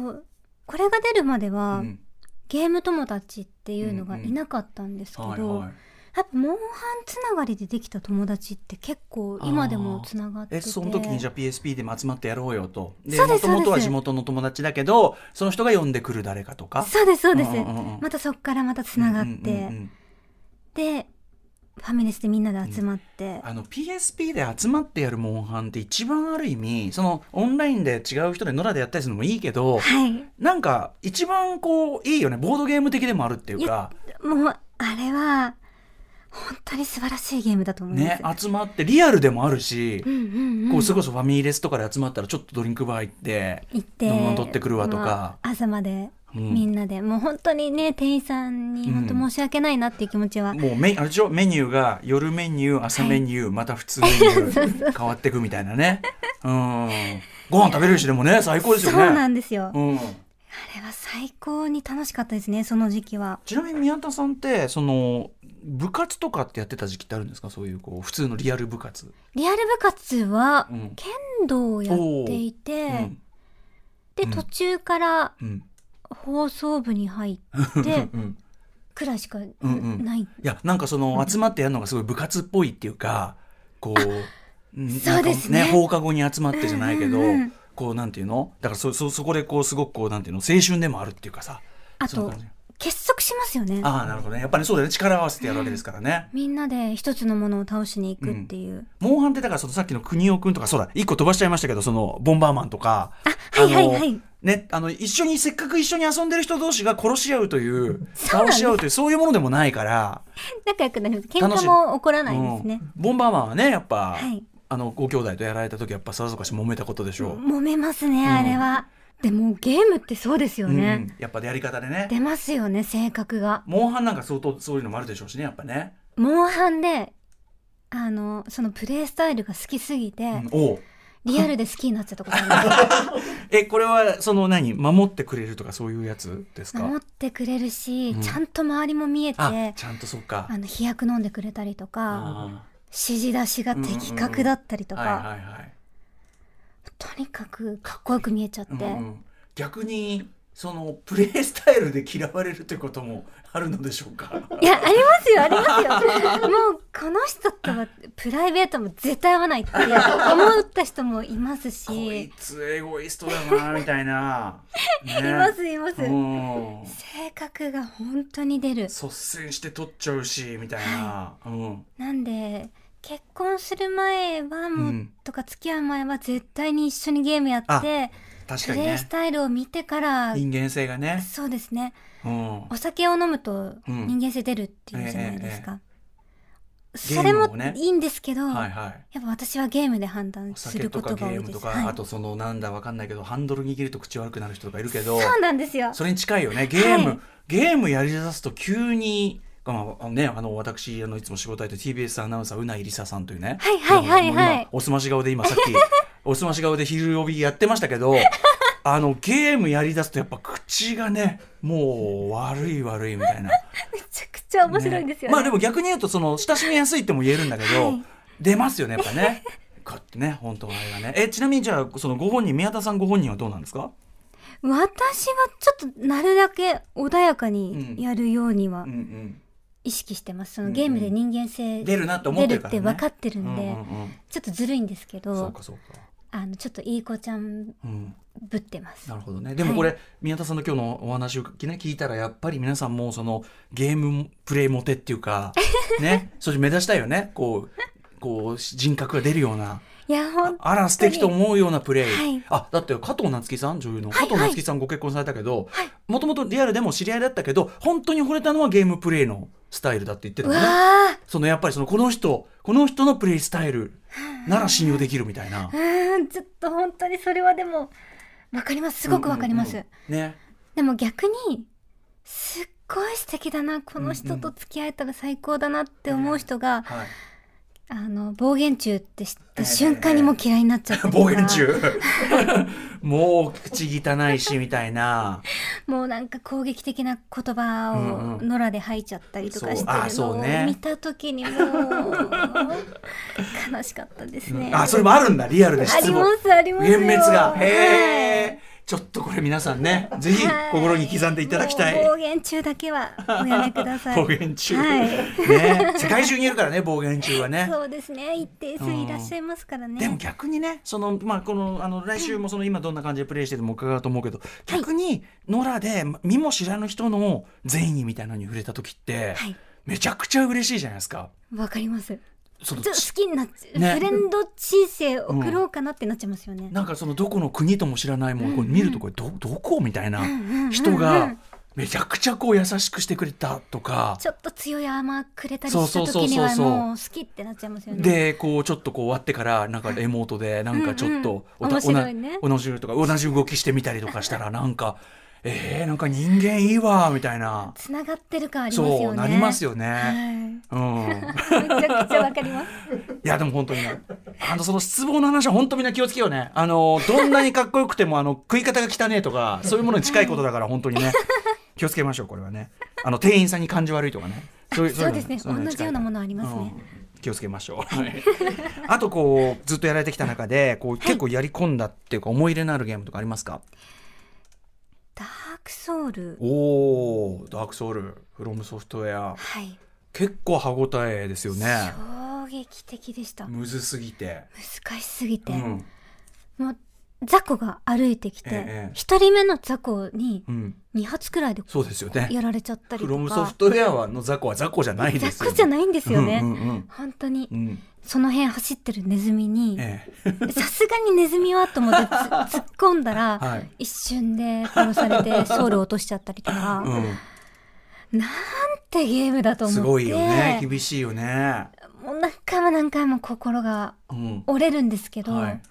E: これが出るまでは、
A: うん
E: ゲーム友達っていうのがいなかったんですけど、
A: はいはい、
E: やっぱモンハンつながりでできた友達って結構今でもつながってて
A: えその時にじゃあ PSP でも集まってやろうよとで
E: そうで
A: も
E: すそ
A: と
E: うで
A: も
E: す
A: とは地元の友達だけどその人が呼んでくる誰かとか
E: そうですそうです、
A: うんうんうんうん
E: またそこからまたつながって、
A: うんうんうんうん
E: でファミレスでみんなで集まって、
A: あの PSP で集まってやるモンハンって一番ある意味そのオンラインで違う人で野良でやったりするのもいいけど、
E: はい
A: なんか一番こういいよねボードゲーム的でもあるっていうか
E: もうあれは本当に素晴らしいゲームだと思います、
A: ね集まってリアルでもあるし、
E: うんうんうん
A: こうそれこそファミレスとかで集まったらちょっとドリンクバー行って
E: 行って
A: 飲み物取ってくるわとか
E: まあ朝まで
A: うん
E: みんなで、もう本当にね店員さんに本当申し訳ないなっていう気持ちは、
A: もうメあれでしょメニューが夜メニュー朝メニュー、また普通メニ ュー変わってくみたいなねうんご飯食べれるしでもね最高です
E: そ
A: よ
E: う
A: ね
E: なんですよ、あ
A: うん
E: れは最高に楽しかったですねその時期は
A: ちなみに宮田さんってその部活とかってやってた時期ってあるんですかそういうこう普通のリアル部活、
E: リアル部活は
A: うん
E: 剣道をやっていて、
A: うん
E: で
A: うん
E: 途中から
A: うん
E: 放送部に入って
A: うんうん
E: くらいしか
A: うん
E: ない、
A: いやなんかその集まってやるのがすごい部活っぽいっていうかこううん
E: そうですね
A: なんか放課後に集まってじゃないけど、
E: うんうんうん
A: こうなんていうのだからそそそこでこうすごくこうなんていうの青春でもあるっていうかさ
E: あ
A: そんな
E: と
A: 感じ
E: 結束しますよね
A: ああなるほどねやっぱりそうだよね力を合わせてやるわけですからね。
E: みんなで一つのものを倒しに行くっていう、
A: モンハンってだからそのさっきの国尾くんとかそうだ一個飛ばしちゃいましたけどそのボンバーマンとか
E: あはいはいはい
A: あのねあの一緒にせっかく一緒に遊んでる人同士が殺し合うという倒し合うというそういうものでもないから
E: 仲良くなる喧
A: 楽し
E: 嘩
A: い
E: も起こらないですね
A: う、んボンバーマンはねやっぱ、
E: はい
A: あのご兄弟とやられた時やっぱさぞかし揉めたことでしょう、
E: 揉めますね、あれはでもゲームってそうですよ
A: うん
E: ね、
A: やっぱやり方でね
E: 出ますよね性格が
A: モンハンなんか相当そういうのもあるでしょうしねやっぱね
E: モンハンであのそのプレイスタイルが好きすぎて、
A: おう
E: リアルで好きになっちゃったことあり ます
A: えこれはその何守ってくれるとかそういうやつですか
E: 守ってくれるし、
A: うん
E: ちゃんと周りも見えて
A: あ
E: あ
A: ちゃんとそうか
E: の飛躍飲んでくれたりとか
A: あ
E: 指示出しが的確だったりと
A: ー
E: か、
A: はいはいはい
E: とにかくかっこよく見えちゃって、
A: うんうん逆にそのプレイスタイルで嫌われるということもあるのでしょうか
E: いやありますよありますよもうこの人とはプライベートも絶対合わないって思った人も いますし
A: こいつエゴイストだなみたいな、ね、い
E: いますいま
A: う
E: す
A: ん
E: 性格が本当に出る
A: 率先して取っちゃうしみたいな、うん
E: なんで結婚する前はもう、
A: うん
E: とか付き合う前は絶対に一緒にゲームや
A: あ
E: って
A: 確
E: プ
A: かに
E: レイス
A: ね
E: タイルを見てから
A: 人間性がね、
E: そうですね
A: うん、
E: お酒を飲むと
A: うん
E: 人間性出るっていうじゃないですか、
A: えええ
E: それ
A: ゲーム
E: も
A: もね
E: いいんですけど、
A: はいはい
E: やっぱ私はゲームで判断
A: お
E: す
A: 酒
E: る
A: と
E: こ
A: か
E: と
A: ゲ
E: が多
A: ー
E: い
A: ム
E: で
A: と
E: す、
A: か、
E: はい
A: あとそのなんだわかんないけどハンドル握ると口悪くなる人とかいるけど
E: そうなんですよ
A: それに近いよねゲーム、
E: はい
A: ゲームやりだすと急にまああのね、あの私あのいつも仕事相手 TBS アナウンサーうないりささんというね
E: はいはいはいはい
A: もう今おすまし顔で 今さっきおすまし顔で昼帯やってましたけどあのゲームやりだすとやっぱ口がねもう悪い悪いみたいな。
E: めちゃくちゃ 面白いんですよね
A: まあでも逆に言うとその親しみやすいっても言えるんだけど、出ますよねやっぱね。 こうやってね本当はあれがね。えちなみにじゃあそのご本人宮田さんご本人はどうなんですか？
E: 私はちょっとなるだけ穏やかにやるようには
A: うんうん。
E: 意識してます、そのゲームで人間性
A: 出るなって思ってるからね
E: 出るって分かってるんで、
A: うんうんうん
E: ちょっとずるいんですけ
A: そう
E: ど
A: かそうか。
E: あのちょっといい子ちゃん
A: うん。
E: ぶってます
A: なるほどね。でもこれ、宮田さんの今日のお話を聞きね聞いたらやっぱり皆さんもそのゲームプレイモテっていうか ね、それ目指したいよね。こうこう人格が出るような。
E: いやほん
A: あら素敵と思うようなプレイ、
E: はい
A: あだって加藤夏希さん女優の
E: はい
A: 加藤夏希さんご結婚されたけどもともとリアルでも知り合いだったけど本当に惚れたのはゲームプレイのスタイルだって言ってた
E: う
A: の
E: わ
A: ね
E: あ
A: そのやっぱりそのこの人この人のプレイスタイルなら信用できるみたいな
E: う。ーんちょっと本当にそれはでもわかりますすごくわかります、
A: うんうんうんね
E: でも逆にすっごい素敵だなこの人と付き合えたら最高だなって思う人が、
A: はい、
E: あの暴言中って知った瞬間にもう嫌いになっちゃったりとか
A: 暴言中もう口汚いしみたいな
E: もうなんか攻撃的な言葉を
A: うん
E: 野良で吐いちゃったりとかして
A: そうあー
E: るの
A: そう
E: を
A: ね
E: 見た時に もう悲しかったですね。
A: あそれもあるんだリアルで
E: あ
A: 失
E: り
A: 望
E: ますありますよ
A: 幻滅がへえ、
E: はい
A: ちょっとこれ皆さんねぜひ
E: はい
A: 心に刻んでいただきたい、
E: もう暴言中だけはおやめください
A: 暴言中、
E: はい
A: ね世界中にいるからね暴言中はね
E: そうですね一定数いらっしゃいますからね、
A: でも逆にねそのまあこのあの来週もその今どんな感じでプレイしてるのも伺うと思うけど逆に野良で見も知らぬ人の善意みたいなのに触れた時って、
E: はい
A: めちゃくちゃ嬉しいじゃないですか。
E: わかります
A: その
E: ちょっと好きになっちゃう、
A: ね
E: フレンド人生送ろうかなってなっちゃいますよね、
A: なんかそのどこの国とも知らないもん、これ見るとこれどどこみたいな人がめちゃくちゃこう優しくしてくれたとか
E: ちょっと強い甘くれたりした
A: そうそうそう
E: 時に
A: そう
E: は
A: そう
E: もう好きってなっちゃいますよね
A: でこうちょっとこう終わってからなんかエモートでなんかちょっと
E: うんうん
A: おた
E: 面白いね
A: おな同じとか同じ動きしてみたりとかしたらなんかえー、なんか人間いいわみたいな、
E: つながってる感ありますよね
A: そうなります
E: よ
A: よね。うん
E: はい、めちゃくちゃわかります
A: いやでも本当にねあのその失望の話は本当みんな気をつけようねあのどんなにかっこよくてもあの食い方が汚ねえとかそういうものに近いことだから本当にね気をつけましょうこれはねあの店員さんに感じ悪いとかねそうい
E: そうですね
A: そういのに近いから
E: 同じようなものありますね
A: うん気をつけましょう、はいあとこうずっとやられてきた中でこう結構やり込んだっていうか思い入れのあるゲームとかありますか、
E: ダークソウル
A: おーダークソウルフロムソフトウェア
E: はい
A: 結構歯応えですよね
E: 衝撃的でした
A: むずすぎて、
E: 難しすぎて、
A: うん
E: もうザコが歩いてき
A: ええ
E: て一、人目のザコに
A: うん、
E: 2発くらいで
A: そうですよね
E: やられちゃったり
A: フ
E: とか
A: ロムソフトウェアはの雑魚は雑魚じゃないですよ、ね。
E: ザコじゃないんですよね、
A: うんうん
E: 本当に、
A: うんうん
E: その辺走ってるネズミに
A: え
E: さすがにネズミはと 思ってつ突っ込んだら、
A: はい
E: 一瞬で殺されてソウル落としちゃったりとか、
A: えうん
E: なんてゲームだと思って
A: すごいよね。厳しいよね。
E: もう何回も何回も心が
A: うん。
E: 折れるんですけど、
A: はい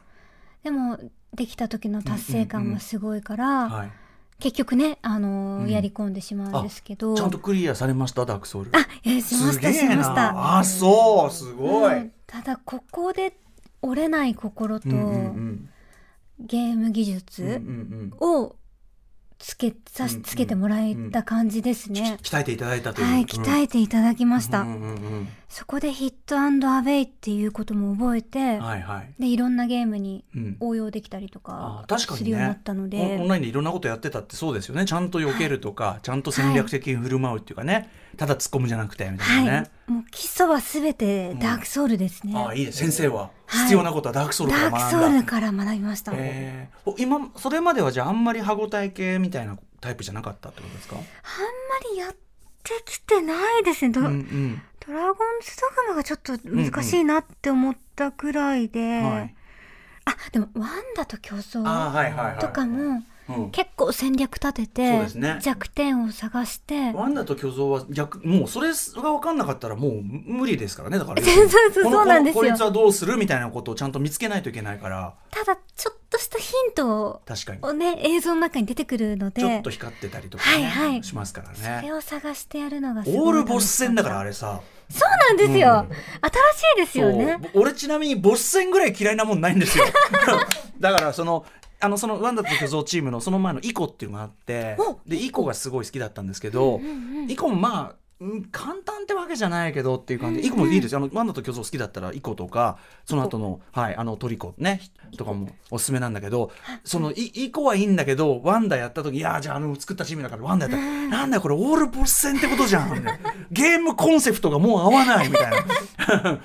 E: でもできた時の達成感はすごいから、
A: はい。
E: 結局ね、あのー
A: うん
E: やり込んでしまうんですけど
A: ちゃんとクリアされましたダークソウル
E: あえしますした
A: げ
E: し
A: え
E: ました
A: なあそうすごい、
E: うんただここで折れない心と、
A: うんうん
E: ゲーム
A: うんうんうん
E: 技術
A: うん
E: をつけさ
A: うん
E: しつけてもらえた感じですね、
A: 鍛えていただいたという
E: はい鍛えていただきました、
A: うんうんうん
E: そこでヒットアンドアウェイっていうことも覚えて、
A: うんはいはい、
E: でいろんなゲームに
A: うん、
E: 応用できたりと
A: あ
E: か
A: 確か
E: す
A: に
E: るようにな
A: ね
E: ったので、
A: オンオンラインでいろんなことやってたってそうですよねちゃんと避けるとか、ちゃんと戦略的に振る舞うっていうかね、ただ突っ込むじゃなくてみたいなね、
E: はいもう基礎はすべてダークソウルですね、
A: ああいいです先生は
E: はい
A: 必要なことはダークソウルから
E: ダ
A: 学んだ、
E: ークソウルから学びました、
A: えーお今それまではじゃああんまり歯ごたえ系みたいなタイプじゃなかったってことですか、
E: あんまりやってきてないですねド,、
A: うんうん
E: ドラゴンズドグマがちょっと難しいなって思ったくらいで、
A: はい、
E: あでもワンダと競争
A: あーはいはいはい
E: とかも
A: うん、
E: 結構戦略立て
A: そう
E: て
A: ですね
E: 弱点を探して
A: ワンダと巨像は逆もうそれが分かんなかったらもう無理ですからねだから
E: そうそうそう
A: この
E: そうなんですよ
A: このこいつはどうするみたいなことをちゃんと見つけないといけないから
E: ただちょっとしたヒント
A: 確かに
E: をね映像の中に出てくるの
A: ちょっ
E: で
A: と光ってたりとか、
E: はいはい
A: しますから
E: それ
A: ね
E: を探してやるのがすごい
A: オールボス戦だからあ
E: れ
A: れさ
E: そうなんですよ、
A: うん
E: 新しいですよね
A: そう俺ちなみにボス戦ぐらい嫌いなもんないん ですよだからそのあのそのワンダと巨像チームのその前のイコっていうのがあって
E: お
A: でイコがすごい好きだったんですけど、イコもまあうん簡単ってわけじゃないけどっていう感じで、イコもいいですよあのワンダと巨像好きだったらイコとかその後のはいあのトリコねとかもおすすめなんだけどそのイイコはいいんだけどワンダやった時いやじゃああの作ったチームだからワンダやったらなんだよこれオールボス戦ってことじゃん ゲームコンセプトがもう合わないみたいな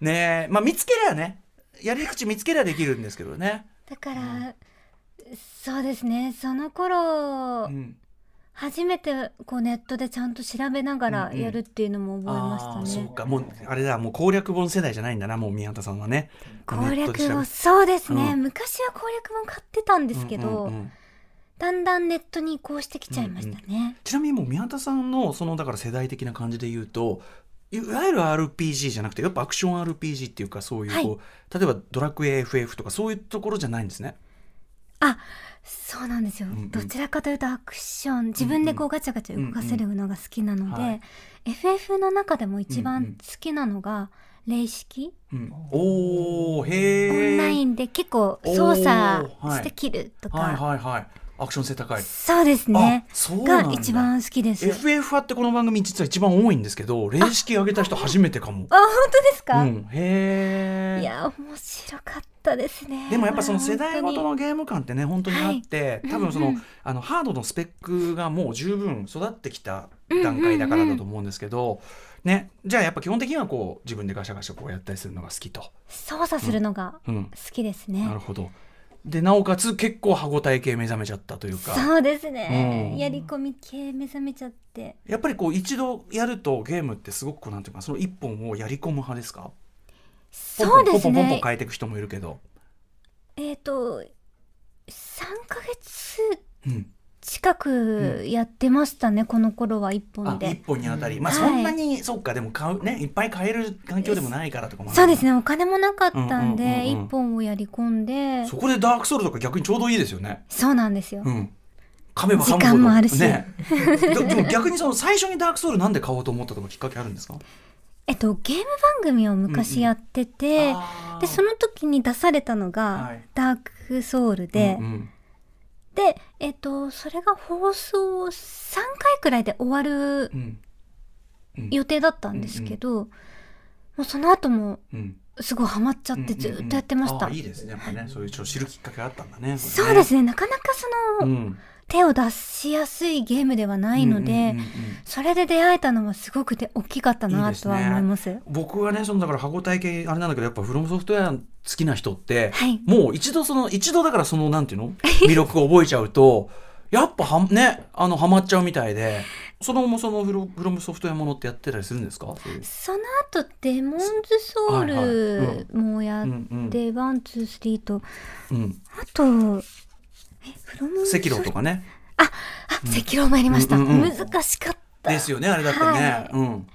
A: ねえまあ見つけりゃねやり口見つけりゃできるんですけどね、
E: だからそうですねその頃、
A: うん、
E: 初めてこうネットでちゃんと調べながらやるっていうのも覚えましたね、
A: あーそうかもうあれだもう攻略本世代じゃないんだなもう宮田さんはね
E: 攻
A: ネットで調
E: 略
A: べ
E: 本そうですね、
A: うん
E: 昔は攻略本買ってたんですけど、
A: うんうんうん
E: だんだんネットに移行してきちゃいましたね、
A: ちなみにもう宮田さんのそのだから世代的な感じで言うといわゆる RPG じゃなくてやっぱアクション RPG っていうかそういうこう、例えば「ドラクエ FF」とかそういうところじゃないんですね。
E: あそうなんですよ、
A: んうん
E: どちらかというとアクション自分でこうガチャガチャ動かせるのが好きな
A: うんう
E: ので、
A: んはい
E: FF の中でも
A: う
E: 一
A: んうん
E: 番好きなのが霊式、
A: うん、おーへ
E: オ
A: ー
E: ンライ
A: ン
E: ンで結構
A: お
E: 操作
A: ーはい
E: して切るとか、
A: はいはいはいアクション性高い。
E: そうですね
A: あそうなんだ
E: が一番好きです、
A: FF 派ってこの番組実は一番多いんですけど霊式上げた人初めてかも。
E: あ本当ですか、
A: うん、へー
E: いや面白かったですね
A: でもやっぱその世代ごと
E: 本
A: のゲーム感ってね本当にあって、多分その,、あのハードのスペックがもう十分育ってきた段階だからだと思うんですけど、ね、じゃあやっぱ基本的にはこう自分でガシャガシャこうやったりするのが好きと。
E: 当に操作するのが
A: う
E: 好
A: ん
E: きですね、
A: なるほどでなおかつ結構歯応え系目覚めちゃったというか。
E: そうですね、
A: うん
E: やり込み系目覚めちゃって
A: やっぱりこう一度やるとゲームってすごくこうなんていうかその一本をやり込む派ですか
E: そうです
A: ポンポンポンポン
E: ね
A: 変えていく人もいるけど、
E: えっ、と3ヶ月
A: うん、
E: 近くやってましたね、この頃は1
A: あ
E: 本で
A: 一本に当たり、まあ
E: はい
A: そんなに、そうかでも買うねいっぱい買える環境でもないからとかもある
E: そうです
A: ね
E: ねお金もなかったん
A: うんうん
E: で
A: うんうん
E: 1本をやり込んで
A: そこでダークソウルとか逆にちょうどいいですよね
E: そうなんですよ、
A: うん噛めば噛むほど
E: 時間もあるし
A: ね、ででも逆にその最初にダークソウルなんで買おうと思ったとかきっかけあるんですか
E: えっとゲーム番組を昔やってて、
A: あー
E: でその時に出されたの
A: は
E: が
A: い
E: 「ダークソウルで」
A: うんうん
E: で、えっと、それが放送3回くらいで終わる
A: うん
E: 予定だったんですけど、もうその後も
A: うん
E: すごいハマっちゃっ
A: うん
E: てずっとやってました、
A: あーいいですねやっぱねそういうちょっと知るきっかけがあったんだね
E: そ
A: れ
E: うですねなかなかその、
A: うん
E: 手を出しやすいゲームではないので、
A: うんうんうんうん
E: それで出会えたのはすごくで大きかったなとは思います。
A: 僕はねそのだから歯応え系あれなんだけどやっぱフロムソフトウェア好きな人って、
E: はい
A: もう一度その一度だからそのなんていうの魅力を覚えちゃうとやっぱはねあのハマっちゃうみたいでその後もそのフロフロムソフトウェアものってやってたりするんですかそういう
E: その後デモンズソウ
A: はいはい
E: ルもやっ
A: うんうん
E: てワンツースリーと
A: うん
E: あとえフロム
A: 赤道とかね
E: あ赤狼もやりました、
A: うんうんうん
E: 難しかった
A: ですよねあれだってね、
E: はい
A: うん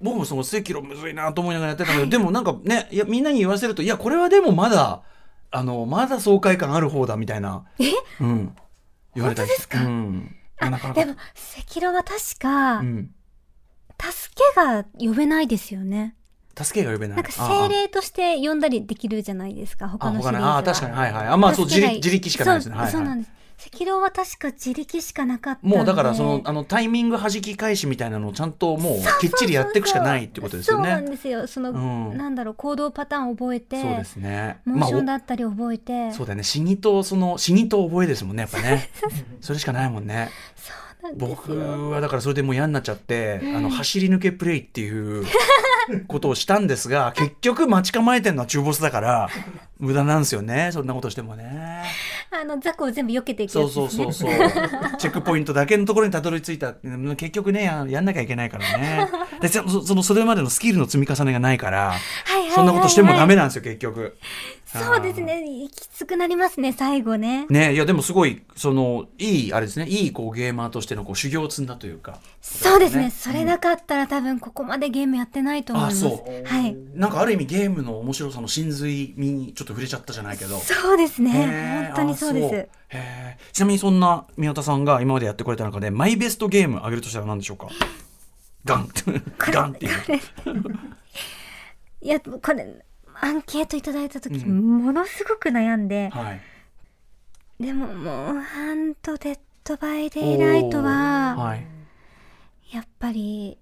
A: 僕もその赤道むずいなと思いながらやってたけど、でもなんかねいやみんなに言わせるといやこれはでもまだあのまだ爽快感ある方だみたいな
E: え
A: うん言われたり
E: 本当ですか
A: うん、
E: あ
A: なかなか
E: でも、赤色は確か、
A: うん、
E: 助けが呼べないですよね。
A: 助けが呼べない
E: なんか精霊として呼んだりできるじゃないですか、
A: ああ
E: 他
A: あ
E: のシ
A: 他
E: リーズ
A: の
E: は。
A: ああ確かにはいはいあまあそう自
E: 助けが
A: 力自力しかないですね
E: そう
A: はい、
E: そうな
A: は
E: ん
A: い、
E: です。赤狼は確か自力しかなかったんで。
A: もうだからそのあのタイミング弾き返しみたいなのをちゃんともうきっちりやっていくしかないってことですよ
E: そうなん
A: ね
E: ですよ。その、
A: うん
E: なんだろう、行動パターンを覚えて、
A: そうですね
E: モーション
A: ま
E: だ
A: あ
E: ったり覚えて、
A: おそうだよね死にとその死にと覚えですもんねやっぱ ねそれしかないもんね
E: そうなんです
A: 僕
E: よ。
A: はだからそれでもう嫌になっちゃって、あの走り抜けプレイっていうことをしたんですが結局待ち構えてるのは中ボスだから無駄なんですよねそんなことしてもね
E: あの、雑魚を全部避けていく
A: そ
E: や
A: う
E: つ
A: そう
E: です
A: そ
E: ね
A: う。そう チェックポイントだけのところにたどり着いたって結局ねややんなきゃいけないから ねでそそそのそれまでのスキルの積み重ねがないから
E: はいはいはいはい
A: そんなことしてもダメなんですよ結局
E: そうですね。きつくなりますね、最後ね。
A: ねいやでもすごいそのいいあれですねいいこうゲーマーとしてのこう修行を積んだというか
E: そうです
A: ね
E: ね。それなかったら多分ここまでゲームやってないと思います。
A: あそう
E: はい。
A: なんかある意味ゲームの面白さの真髄にちょっと触れちゃったじゃないけど。
E: そうです
A: へ
E: ね。
A: ー
E: 本当にそうで
A: あ
E: す。
A: へーちなみにそんな宮田さんが今までやってこれた中でマイベストゲームあげるとしたら何でしょうかガン ガンっていう
E: いや、これ、アンケートいただいた時、ものすごく悩んで、
A: はい
E: でももう、ハンドデッドバイデイライト
A: おー
E: は、
A: はい
E: やっぱり、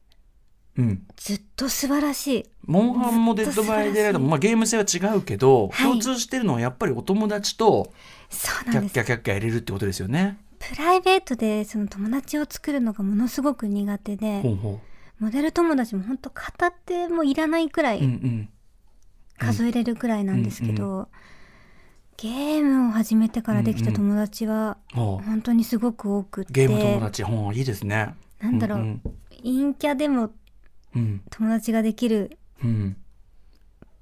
A: うん
E: ずっと素晴らしい。
A: モンハンもデッドバイデイライトも、まあ、ゲーム性は違うけど、
E: はい
A: 共通してるのはやっぱりお友達と
E: そう
A: キャ
E: なん
A: ッ
E: です。
A: キャキャッキャ入れるってことですよね。
E: プライベートで、その友達を作るのがものすごく苦手で
A: ほ、うほ
E: モデル友達も本当片手もいらないくら
A: う。うん
E: い、
A: うん。
E: 数えれるくらいなんですけど、
A: うん
E: ゲームを始めてからできた友達は、
A: ほう
E: 本当にすごく多くって、
A: ゲーム友達、ほういいですね。
E: なんだろう、
A: うん
E: 陰キャでも
A: うん。
E: 友達ができる
A: うん。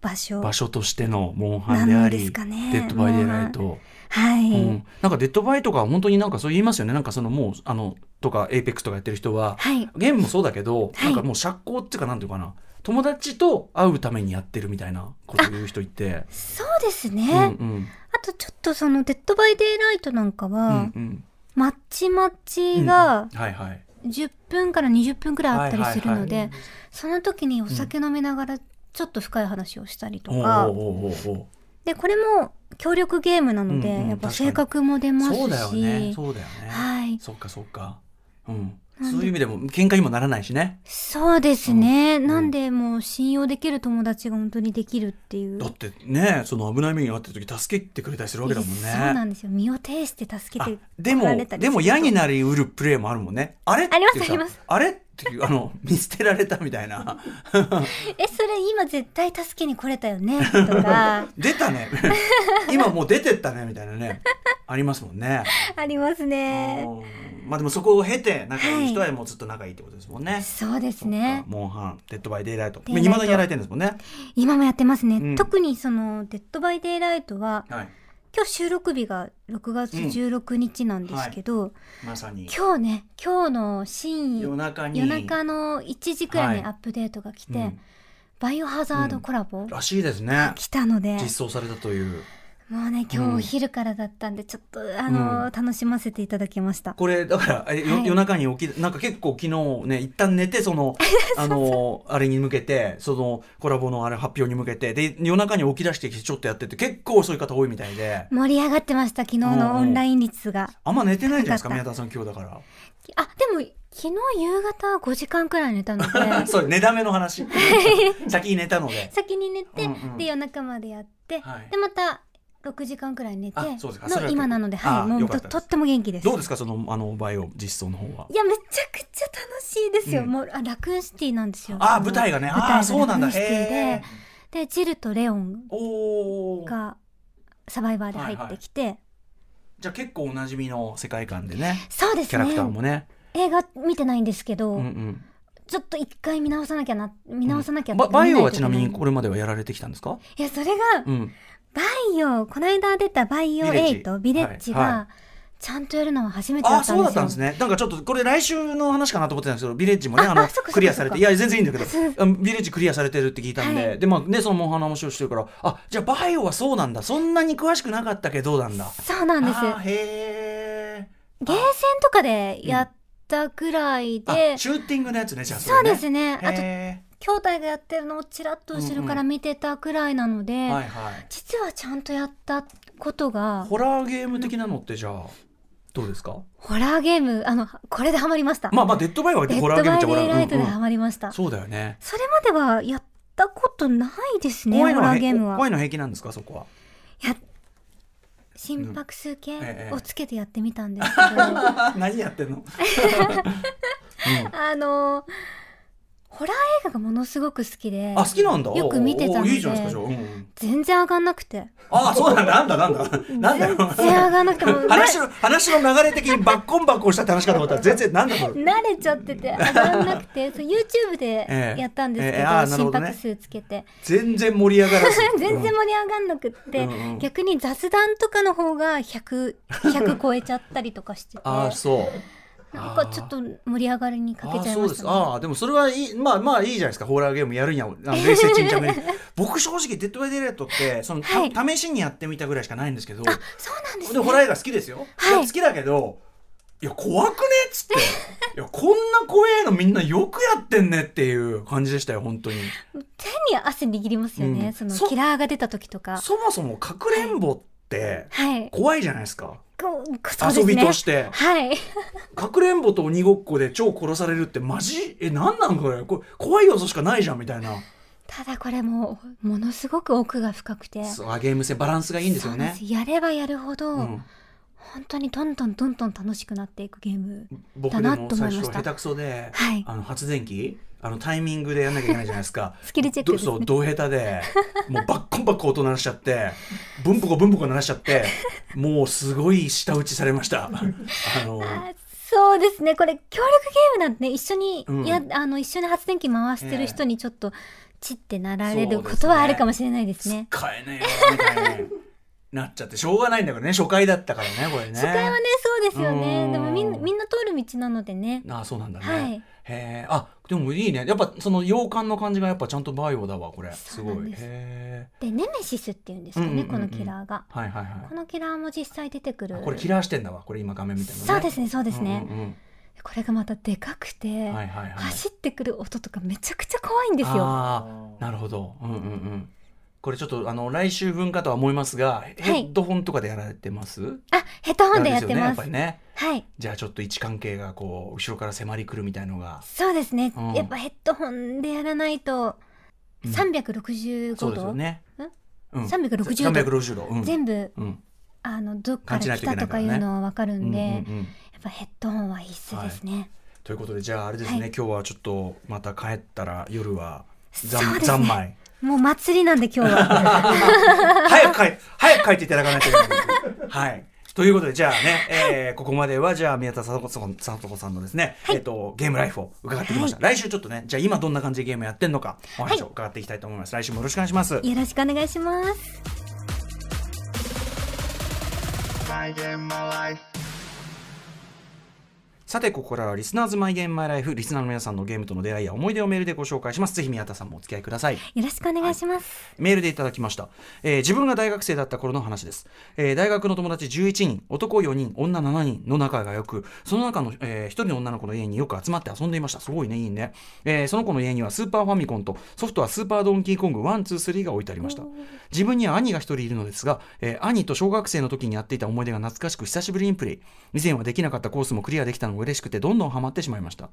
E: 場所
A: 場所としてのモンハンであ
E: なんで
A: り、
E: すかね
A: デッドバイデイライト、
E: はい、
A: うん、なんかデッドバイとか本当になんかそう言いますよねなんかそのもうあのとかエイペックスとかやってる人は、
E: はい
A: ゲームもそうだけど、
E: はい
A: なんかもう社交っていうかなんていうかな友達と会うためにやってるみたいなこと言う人いて、
E: そうですね、
A: うんう
E: あ
A: ん
E: とちょっとその「デッド・バイ・デイ・ライト」なんか
A: う
E: は、
A: んうん、
E: マッチマッチが
A: はいはい
E: 10分から20分くらいあったりするので、
A: はいはい
E: その時にお酒飲みながらちょっと深い話をしたりと
A: おう
E: か、
A: おうおうおう
E: でこれも協力ゲームなので、
A: うんうん
E: やっ
A: 確
E: ぱ
A: かに
E: 性格も出ますし
A: そうだよねそうだよね、
E: はい
A: そっかそっかうん
E: なんで
A: そういう意味でも喧嘩にもならないしね
E: そうですね、なんでもう信用できる友達が本当にできるっていう
A: だってねその危ない目に遭ってる時助けてくれたりするわけだもんね
E: そうなんですよ身を挺して助
A: あ
E: けて
A: で
E: 来ら
A: も
E: れた、り
A: です
E: る
A: も嫌になりうるプレーもあるもんね。あれって
E: あります
A: いうさ
E: あります
A: あれっていう、あの、見捨てられたみたいな。
E: えそれ今絶対助けに来れた よねとか
A: 出た ね。今もう出てったね、みたいなね。ありますもんね。
E: ありますね
A: うんまあでもそこを経て、仲いい人はもうずっと仲いいってことですもんね。
E: そうですね
A: モンハン、デッドバイデイライト。
E: デイライト
A: 未だにやられてるんですもんね。
E: 今もやってますね、
A: うん
E: 特にその「デッド・バイ・デイ・ライトは」
A: はい。
E: 今日収録日が6月16日なんですけど、
A: まさに。
E: 今日ね今日の深
A: 夜
E: 夜
A: 中に。
E: 夜中の1時くらい
A: は
E: に
A: い
E: アップデートが来て、
A: うん
E: バイオハザードコラボ、
A: らしいですね。
E: 来たので
A: 実装されたという。
E: もうね今日お昼からだったんでちょっとあの、楽しませていただきました
A: これだからえよ
E: はい
A: 夜中に起きなんか結構昨日ね一旦寝てそ のあのあれに向けてそのコラボのあれ発表に向けてで夜中に起き出してきてちょっとやってて結構そういう方多いみたいで
E: 盛り上がってました昨
A: う
E: 日
A: んうん
E: のオンライン率が、
A: あんま寝てないんじゃないですか
E: 高か
A: 宮
E: った
A: 田さん今日だか
E: あでも昨日夕方5時間くらい寝たの
A: ら
E: で
A: そう寝だめの 話先に寝たので
E: 先に寝て、
A: うんうん
E: で夜中までやって、
A: はい
E: でまた6時間くらい寝て
A: あそうですかそれ
E: の
A: は
E: 今なので、
A: あ
E: はい、も
A: よ
E: う
A: かった
E: と
A: です
E: とっても元気です
A: どうですかそのあのバイオ実装の方はい
E: やめちゃくちゃ楽しいですよ、
A: うん
E: もうあラクーンシティなんですよ
A: あ
E: の
A: 舞台がね
E: 舞台
A: あ
E: が
A: あそうなんだ
E: ラクーンシティ
A: へえ
E: ででジルとレオン
A: おお
E: がサバイバーで入ってきて、
A: じゃあ結構おなじみの世界観でね
E: そうで
A: キ
E: す
A: ャラ
E: ね
A: クターもね
E: 映画見てないんですけど、
A: うんうん
E: ちょっと一回見直さなきゃな見直さなきゃって
A: バ
E: 考
A: バ
E: え
A: イ
E: て
A: オ
E: て
A: はちなみにこれまではやられてきたんですか
E: いやそれが
A: うん
E: バイオこの間出たバイオ
A: ビレッジ
E: 8ビレッジ
A: はいは
E: がちゃんとやるのは初めてだ
A: あ
E: った
A: そう
E: ん
A: だ
E: です
A: った
E: よ
A: んですね。なんかちょっとこれ来週の話かなと思ってたんですけど、ビレッジもね、
E: あ
A: あの
E: あそっかそっか
A: クリアされ
E: そ
A: て、
E: っ
A: い
E: か
A: や全然いいんだけど
E: そう、
A: あビレッジクリアされてるって聞いたんで、
E: はい
A: でまあねそのモンハンの話をしてるから、あじゃあバイオはそうなんだ。そんなに詳しくなかったけどなんだ。
E: そうなんです
A: あーへえ。
E: ゲーセンとかでやったぐらい
A: あ
E: で、
A: シューティングのやつねじゃあそ
E: そう
A: れ、ね、
E: ですね。あと、
A: へ
E: 兄弟がやってるのをちらっと後ろから見てたくらいなので、
A: ーはいはい
E: 実はちゃんとやったことが、
A: ホラーゲーム的なのってじゃあどうですか
E: ホラーゲーム、あの、これでハマりました。
A: まあまあデッドバイは
E: デッ
A: ホラー
E: ド
A: ゲームっ
E: バイ
A: ち
E: デ
A: ゃホラー
E: イライ
A: ゲ
E: ト
A: ー
E: で
A: ム、
E: ハ
A: うん
E: マりました。
A: そうだよね
E: それまではやったことないですね、ホ
A: 怖いのは
E: ラー
A: へ
E: ゲーム
A: 怖
E: は。
A: いの平気なんですかそこはい
E: や、心拍数計
A: え
E: をつけてやってみたんですけど、
A: あ何やってんの
E: あの、ホラー映画がものすごく好きで
A: あ、好きなんだ
E: よく見てたので
A: おーいいじゃないですかじゃあ、うんうん、
E: 全然上がんなくて。
A: あそうなんだなんだなんだなんだよ
E: 全然上がんなくて、もうな
A: 話の話の流れ的にバッコンバッコンしたって話かと思ったら全然なんだろう
E: 慣れちゃってて上がんなく て、そう YouTube
A: え
E: で
A: え
E: やったんですけ
A: ええ
E: ど、
A: あーなるほ
E: 心
A: どね
E: 拍数つけて。
A: 全然盛り上がらず
E: 全然盛り上がんなくって、
A: うんうん
E: 逆に雑談とかの方が100、100超えちゃったりとかしてて、
A: ああそう
E: なんかちょっと盛り上がりにかけ
A: あ
E: ちゃい
A: そう
E: ま
A: で
E: し
A: す
E: た、ね。
A: ああでもそれはいいまあまあいいじゃないですかホラーゲームやるにはあの冷静沈着に僕正直「デッド・バイ・デイ・ライト」ってその、た
E: はい
A: 試しにやってみたぐらいしかないんですけど
E: そうなんです
A: で
E: ね。
A: ホラー映画好きですよ、
E: はい
A: いや好きだけどいや怖くねっ つっていやこんな怖えのみんなよくやってんねっていう感じでしたよ本当に
E: 手に汗握りますよね、
A: うん
E: その
A: そ
E: キラーが出た時とか。
A: そもそもかくれんぼって
E: はい。
A: 怖いじゃないですか、
E: ここそうです
A: 遊
E: ね。
A: びとして
E: はい。
A: かくれんぼと鬼ごっこで超殺されるってマジえ何なんこれこれ怖い要素しかないじゃんみたいな
E: ただこれもう、ものすごく奥が深くて。
A: そうあゲーム性バランスがいいんですよね
E: そうなんですやればやるほど、
A: うん
E: 本当にどんどんどんどん楽しくなっていくゲーム。
A: 僕で
E: だなと
A: も
E: 思い
A: 最
E: ま
A: 初
E: した
A: 下手くそで、
E: はい
A: あの発電機あのタイミングでやんなきゃいけないじゃないですか
E: スキルチェックですね
A: どそう同下手でもうバッコンバッコン音鳴らしちゃってブンポコブンポコ鳴らしちゃってもうすごい舌打ちされました あの
E: あそうですねこれ協力ゲームなんで、ね、一緒に、
A: うん
E: やあの一緒に発電機回してる人にちょっとチってなられ
A: そ
E: る
A: うですね
E: ことはあるかもしれないですね。
A: 使えねえよみたいになっちゃってしょうがないんだけどね初回だったからねこれね
E: 初回はねそうです
A: う
E: よね
A: ん
E: でもみんなみんな通る道なのでね
A: ああそうなんだね、
E: はい
A: へえあでもいいねやっぱその洋館の感じがやっぱちゃんとバイオだわこれすご
E: そうなん
A: いへ
E: です
A: え
E: でネメシスっていうんですかね、
A: うんうんうんうん
E: このキラーが
A: はいはいはい
E: このキラーも実際出てくる
A: これキラーしてんだわこれ今画面みたいな、ね、
E: そうですねそうですね、
A: うんうん
E: これがまたでかくて、
A: うんはいはいはい
E: 走ってくる音とかめちゃくちゃ怖いんですよ
A: ああなるほどうんうんうんこれちょっとあの来週分かとは思いますがヘッドホンとかでやられてます、
E: あヘッドホンでやっ
A: な
E: て
A: んすよねや
E: ま
A: っ
E: す
A: ぱりね
E: はい
A: じゃあちょっと位置関係がこう後ろから迫りくるみたいのが
E: そうですね、
A: うん
E: やっぱヘッドホンでやらないと
A: うん
E: 365
A: そう
E: 度、
A: ですよねうん
E: 360度
A: 360度、うん、
E: 全部
A: うん
E: あのどっか
A: 感じない
E: ら
A: と
E: 来
A: いけない
E: たと
A: か
E: からい
A: ね
E: うのは分かるん
A: うんう
E: で、
A: ん
E: や
A: うん
E: っぱヘッドホンは必須ですね、
A: ということでじゃああれですね、
E: はい
A: 今日はちょっとまた帰ったら夜はざ
E: そうんですね
A: ざんまい
E: もう祭りなんで今日は
A: 早く帰、早く帰っていただかないといけない。はい。ということで、じゃあね、えーここまでは、じゃあ、宮田聡子さん聡子さんのですね、えっ、と、ゲームライフを伺ってきました。来週ちょっとね、じゃあ今どんな感じでゲームやってんのか、お話を伺っていきたいと思います。来週もよろしくお願いします。
E: よろしくお願いします
A: さて、ここからはリスナーズマイゲームマイライフ、リスナーの皆さんのゲームとの出会いや思い出をメールでご紹介します。ぜひ宮田さんもお付き合いください。
E: よろしくお願いします、
A: メールでいただきました、えー自分が大学生だった頃の話です、えー大学の友達11人男4人女7人の仲が良くその中の、え1人の女の子の家によく集まって遊んでいましたすごいねいいね、えーその子の家にはスーパーファミコンとソフトはスーパードンキーコング123が置いてありました自分には兄が1人いるのですが、えー兄と小学生の時にやっていた思い出が懐かしく久しぶりにプレイ以前はできなかったコースもクリアできたのが嬉しくてどんどんハマってしまいました、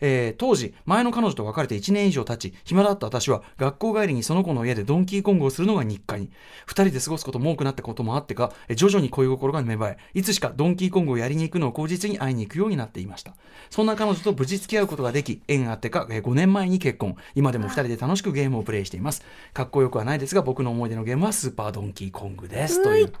A: えー当時前の彼女と別れて1年以上経ち暇だった私は学校帰りにその子の家でドンキーコングをするのが日課に2人で過ごすことも多くなったこともあってかえー徐々に恋心が芽生えいつしかドンキーコングをやりに行くのを口実に会いに行くようになっていましたそんな彼女と無事付き合うことができ縁あってかえー5年前に結婚今でも2人で楽しくゲームをプレイしていますかっこよくはないですが僕の思い出のゲームはスーパードンキーコングですという、
E: いい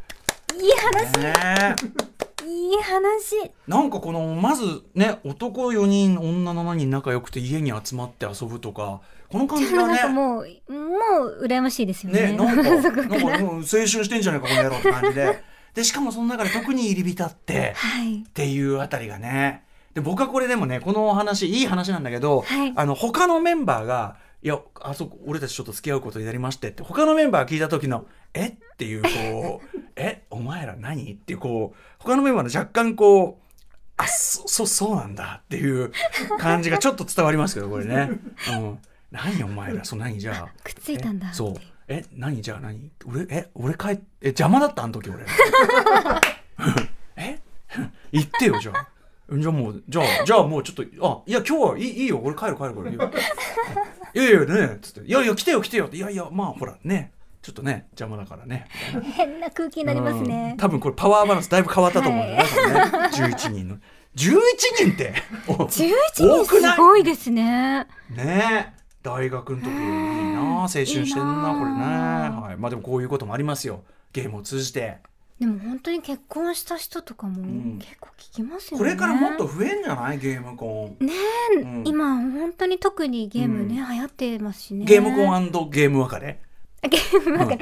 E: 話
A: ねえ
E: いい話
A: なんかこのまずね男4人女7人仲良くて家に集まって遊ぶとかこの感じ
E: でも
A: が
E: なんか
A: ね
E: もう、もう羨ましいですよね
A: ねなんか な
E: そ
A: ん
E: こ
A: か
E: から
A: もう青春してんじゃないかこの野郎って感じででしかもその中で特に入り浸って
E: はい
A: っていうあたりがねで僕はこれでもねこのお話いい話なんだけど、
E: はい
A: あの他のメンバーが「いやあそこ俺たちちょっと付き合うことになりまして」って他のメンバーが聞いた時の「えっ?」 ていうこう「えお前ら何?」っていうこう他のメンバーの若干こうあそ そそうなんだっていう感じがちょっと伝わりますけどこれね、うん、何お前らそう何じゃあ
E: くっついたんだ
A: えそうえ何じゃあ何俺え俺帰っえ邪魔だったあの時 俺え 言ってよじゃあじゃあもうじゃあじゃあもうちょっとあいや今日はいいいいよ俺帰る帰るからいいよいやいやねつっていやいや来てよ来てよっていやいやまあほらねちょっとね邪魔だからね
E: 変な空気になりますね
A: うん、多分これパワーバランスだいぶ変わったと思うんだよね、 これね11人の11人ってお
E: 11人
A: 多くない
E: すごいですね
A: ねえ大学の時いいなあ青春してん
E: いい
A: な
E: なあ
A: これねはいまあでもこういうこともありますよゲームを通じて
E: でも本当に結婚した人とか
A: ん
E: も結構聞きますよね、
A: これからもっと増えんじゃないゲームコン
E: ねえ、
A: うん
E: 今本当に特にゲームね、流行ってますしね
A: ゲームコンゲーム別れ
E: あゲームなんか、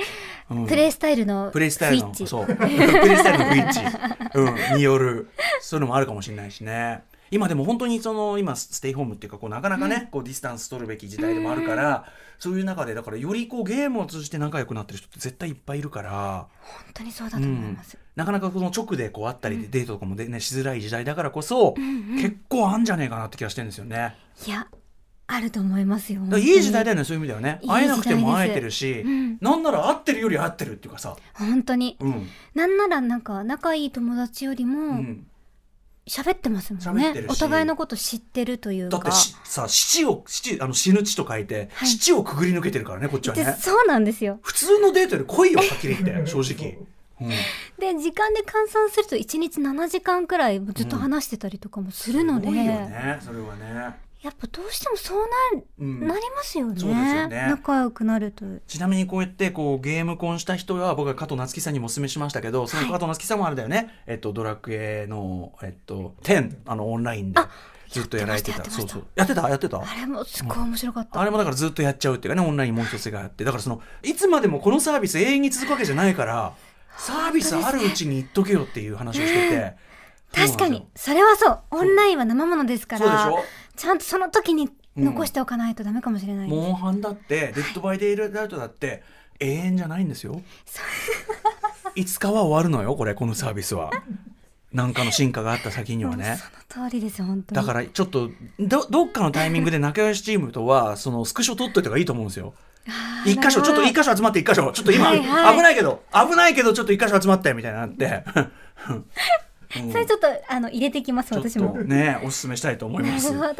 A: うん
E: プレイスタイルの
A: プレイスタイルの
E: スイッチ
A: そうプレイスタイルの不一致、うん、によるそういうのもあるかもしれないしね今でも本当にその今ステイホームっていうかこうなかなかね、こうディスタンス取るべき時代でもあるから、そういう中でだからよりこうゲームを通じて仲良くなってる人って絶対いっぱいいるから、
E: 本当にそうだと思います、
A: なかなかこの直でこう会ったりでデートとかもで、ねしづらい時代だからこそ、結構あんじゃねえかなって気がしてるんですよね。
E: いやあると思いますよ
A: だからいい時代だよねそういう意味ではね
E: いい時
A: 会え
E: 代です
A: なくても会えてるし、
E: うん
A: なんなら会ってるより会ってるっていうかさ、
E: 本当に
A: うん
E: なんならなんか仲いい友達より
A: う
E: も
A: ん、
E: 喋ってますもん
A: 喋っ
E: ね
A: て、るし
E: お互いのこと知ってるという
A: だ
E: か
A: ってしさ七を七あの死ぬ地と書いて、
E: はい
A: 七をくぐり抜けてるからねこっちは
E: で
A: ね
E: そうなんですよ
A: 普通のデートより濃いよはっきり言って正 直、うん
E: で時間で換算すると1日7時間くらいずっと話してたりとかもするので、
A: 濃いよねそれはね、
E: やっぱどうしてもそうな,、
A: うん
E: なりますよね
A: そうですよね
E: 仲良くなると
A: ちなみにこうやってこうゲーム婚した人は僕は加藤夏樹さんにもお勧めしましたけどその加藤夏樹さんもあれだよね、えっと、ドラクエの、えっと、10あのオンラインでずっとやられてた
E: やってま
A: そ
E: し
A: う
E: た
A: そうやってたやってた
E: あれもすごい面白かった、
A: あれもだからずっとやっちゃうっていうかねオンラインにもう一つがあってだからそのいつまでもこのサービス永遠に続くわけじゃないからサービスあるうちに言っとけよっていう話をしてて。
E: 確か
A: そうなん
E: に
A: で
E: それはそうオンラインは生ものですか
A: そうでし
E: ら
A: ょ
E: ちゃんとその時に残しておかないとダメかもしれない、
A: すよ。モンハンだって、デッドバイデイライトだって、永遠じゃないんですよ。いつかは終わるのよ、これ、このサービスは。なんかの進化があった先にはね。
E: その通りです本当に
A: だからちょっとどどっかのタイミングで仲良しチームとはそのスクショ取っといた方がいいと思うんですよ。一箇所ちょっと一箇所集まって一箇所ちょっと今、
E: はいはい
A: 危ないけど危ないけどちょっと一箇所集まってみたいなのあって。
E: それちょっとあの入れてきます
A: ちょっ
E: 私
A: と
E: も。
A: ねおすすめしたいと思い
E: な
A: ま
E: る
A: す。
E: ほど。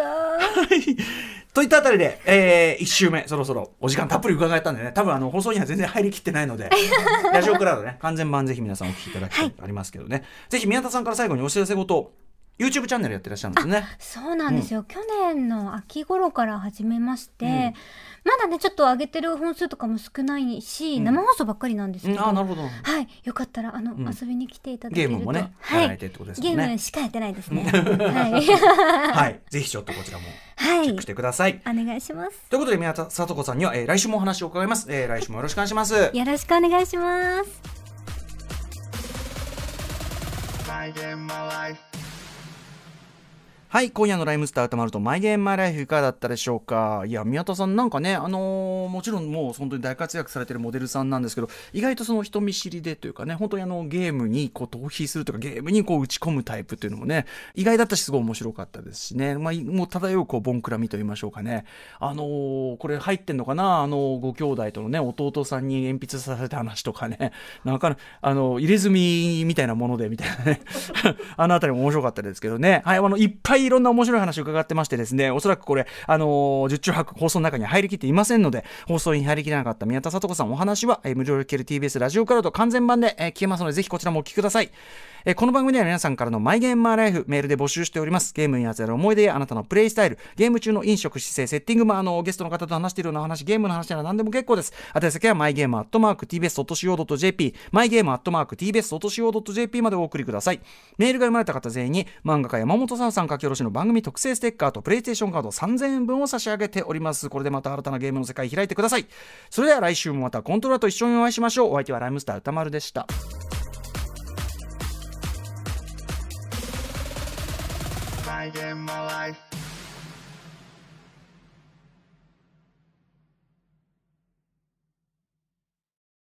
A: といったあたりで、え1週目そろそろお時間たっぷり伺えたんでね多分あの放送には全然入りきってないの でラジオクラウドね完全版ぜひ皆さんお聞きいただきたいとありますけどね、ぜひ宮田さんから最後にお知らせごと YouTube チャンネルやってらっしゃるんですね。
E: そうなんですよ、去年の秋頃から始めまして、まだねちょっと上げてる本数とかも少ないし、生放送ばっかりなんです
A: う
E: け
A: ん、
E: ど。
A: あーなるほ ど。
E: はい、よかったらあの、
A: ん
E: 遊びに来ていただけ
A: ゲー
E: ると。
A: ムもね、
E: は
A: やられ
E: い
A: て。るってことです
E: ゲ
A: もんね。
E: ームしかやってないですね。 は
A: はい、ぜひちょっとこちらも
E: い。は
A: チ
E: い。
A: ェックしてください。
E: お願いします。
A: ということで、宮田さと子さんには、えー来週もお話を伺います。えー来週もよろしくお願いします。
E: よろしくお願いします。
C: My game, my life.
A: はい、今夜のライムスター歌丸とマイゲームマイライフいかがだったでしょうか。いや、宮田さんなんかね、あのーもちろんもう本当に大活躍されてるモデルさんなんですけど、意外とその人見知りでというかね、本当にあのゲームにこう逃避するとか、ゲームにこう打ち込むタイプというのもね、意外だったしすごい面白かったですしね、まあ、いもう漂うこう、ボンクラみと言いましょうかね。あのーこれ入ってんのかなあのーご兄弟とのね、弟さんに鉛筆させた話とかね、 なんか、あの、入れ墨みたいなもので、みたいなね。 あのあたりも面白かったですけどね。はい、あの、いっぱいいろんな面白い話を伺ってましてですね、おそらくこれ、あのー、十中八九放送の中には入りきっていませんので、放送に入りきらなかった宮田聡子さんお話は、えー無料で聞ける TBS ラジオクラウド完全版で、えー聞けますので、ぜひこちらもお聞きください。えーこの番組では皆さんからのマイゲームマイライフメールで募集しております。ゲームにまつわる思い出やあなたのプレイスタイル、ゲーム中の飲食、姿勢、セッティングもあのゲストの方と話しているような話、ゲームの話なら何でも結構です。宛先は mygame.tbs.co.jp、mygame.tbs.co.jp までお送りください。メールが読まれた方全員に漫画家山本さんさん書き下ろしの番組特製ステッカーとプレイステーションカード3000円分を差し上げております。これでまた新たなゲームの世界開いてください。それでは来週もまたコントローラーと一緒にお会いしましょう。お相手はライムスター歌丸でした。
C: My game, my life.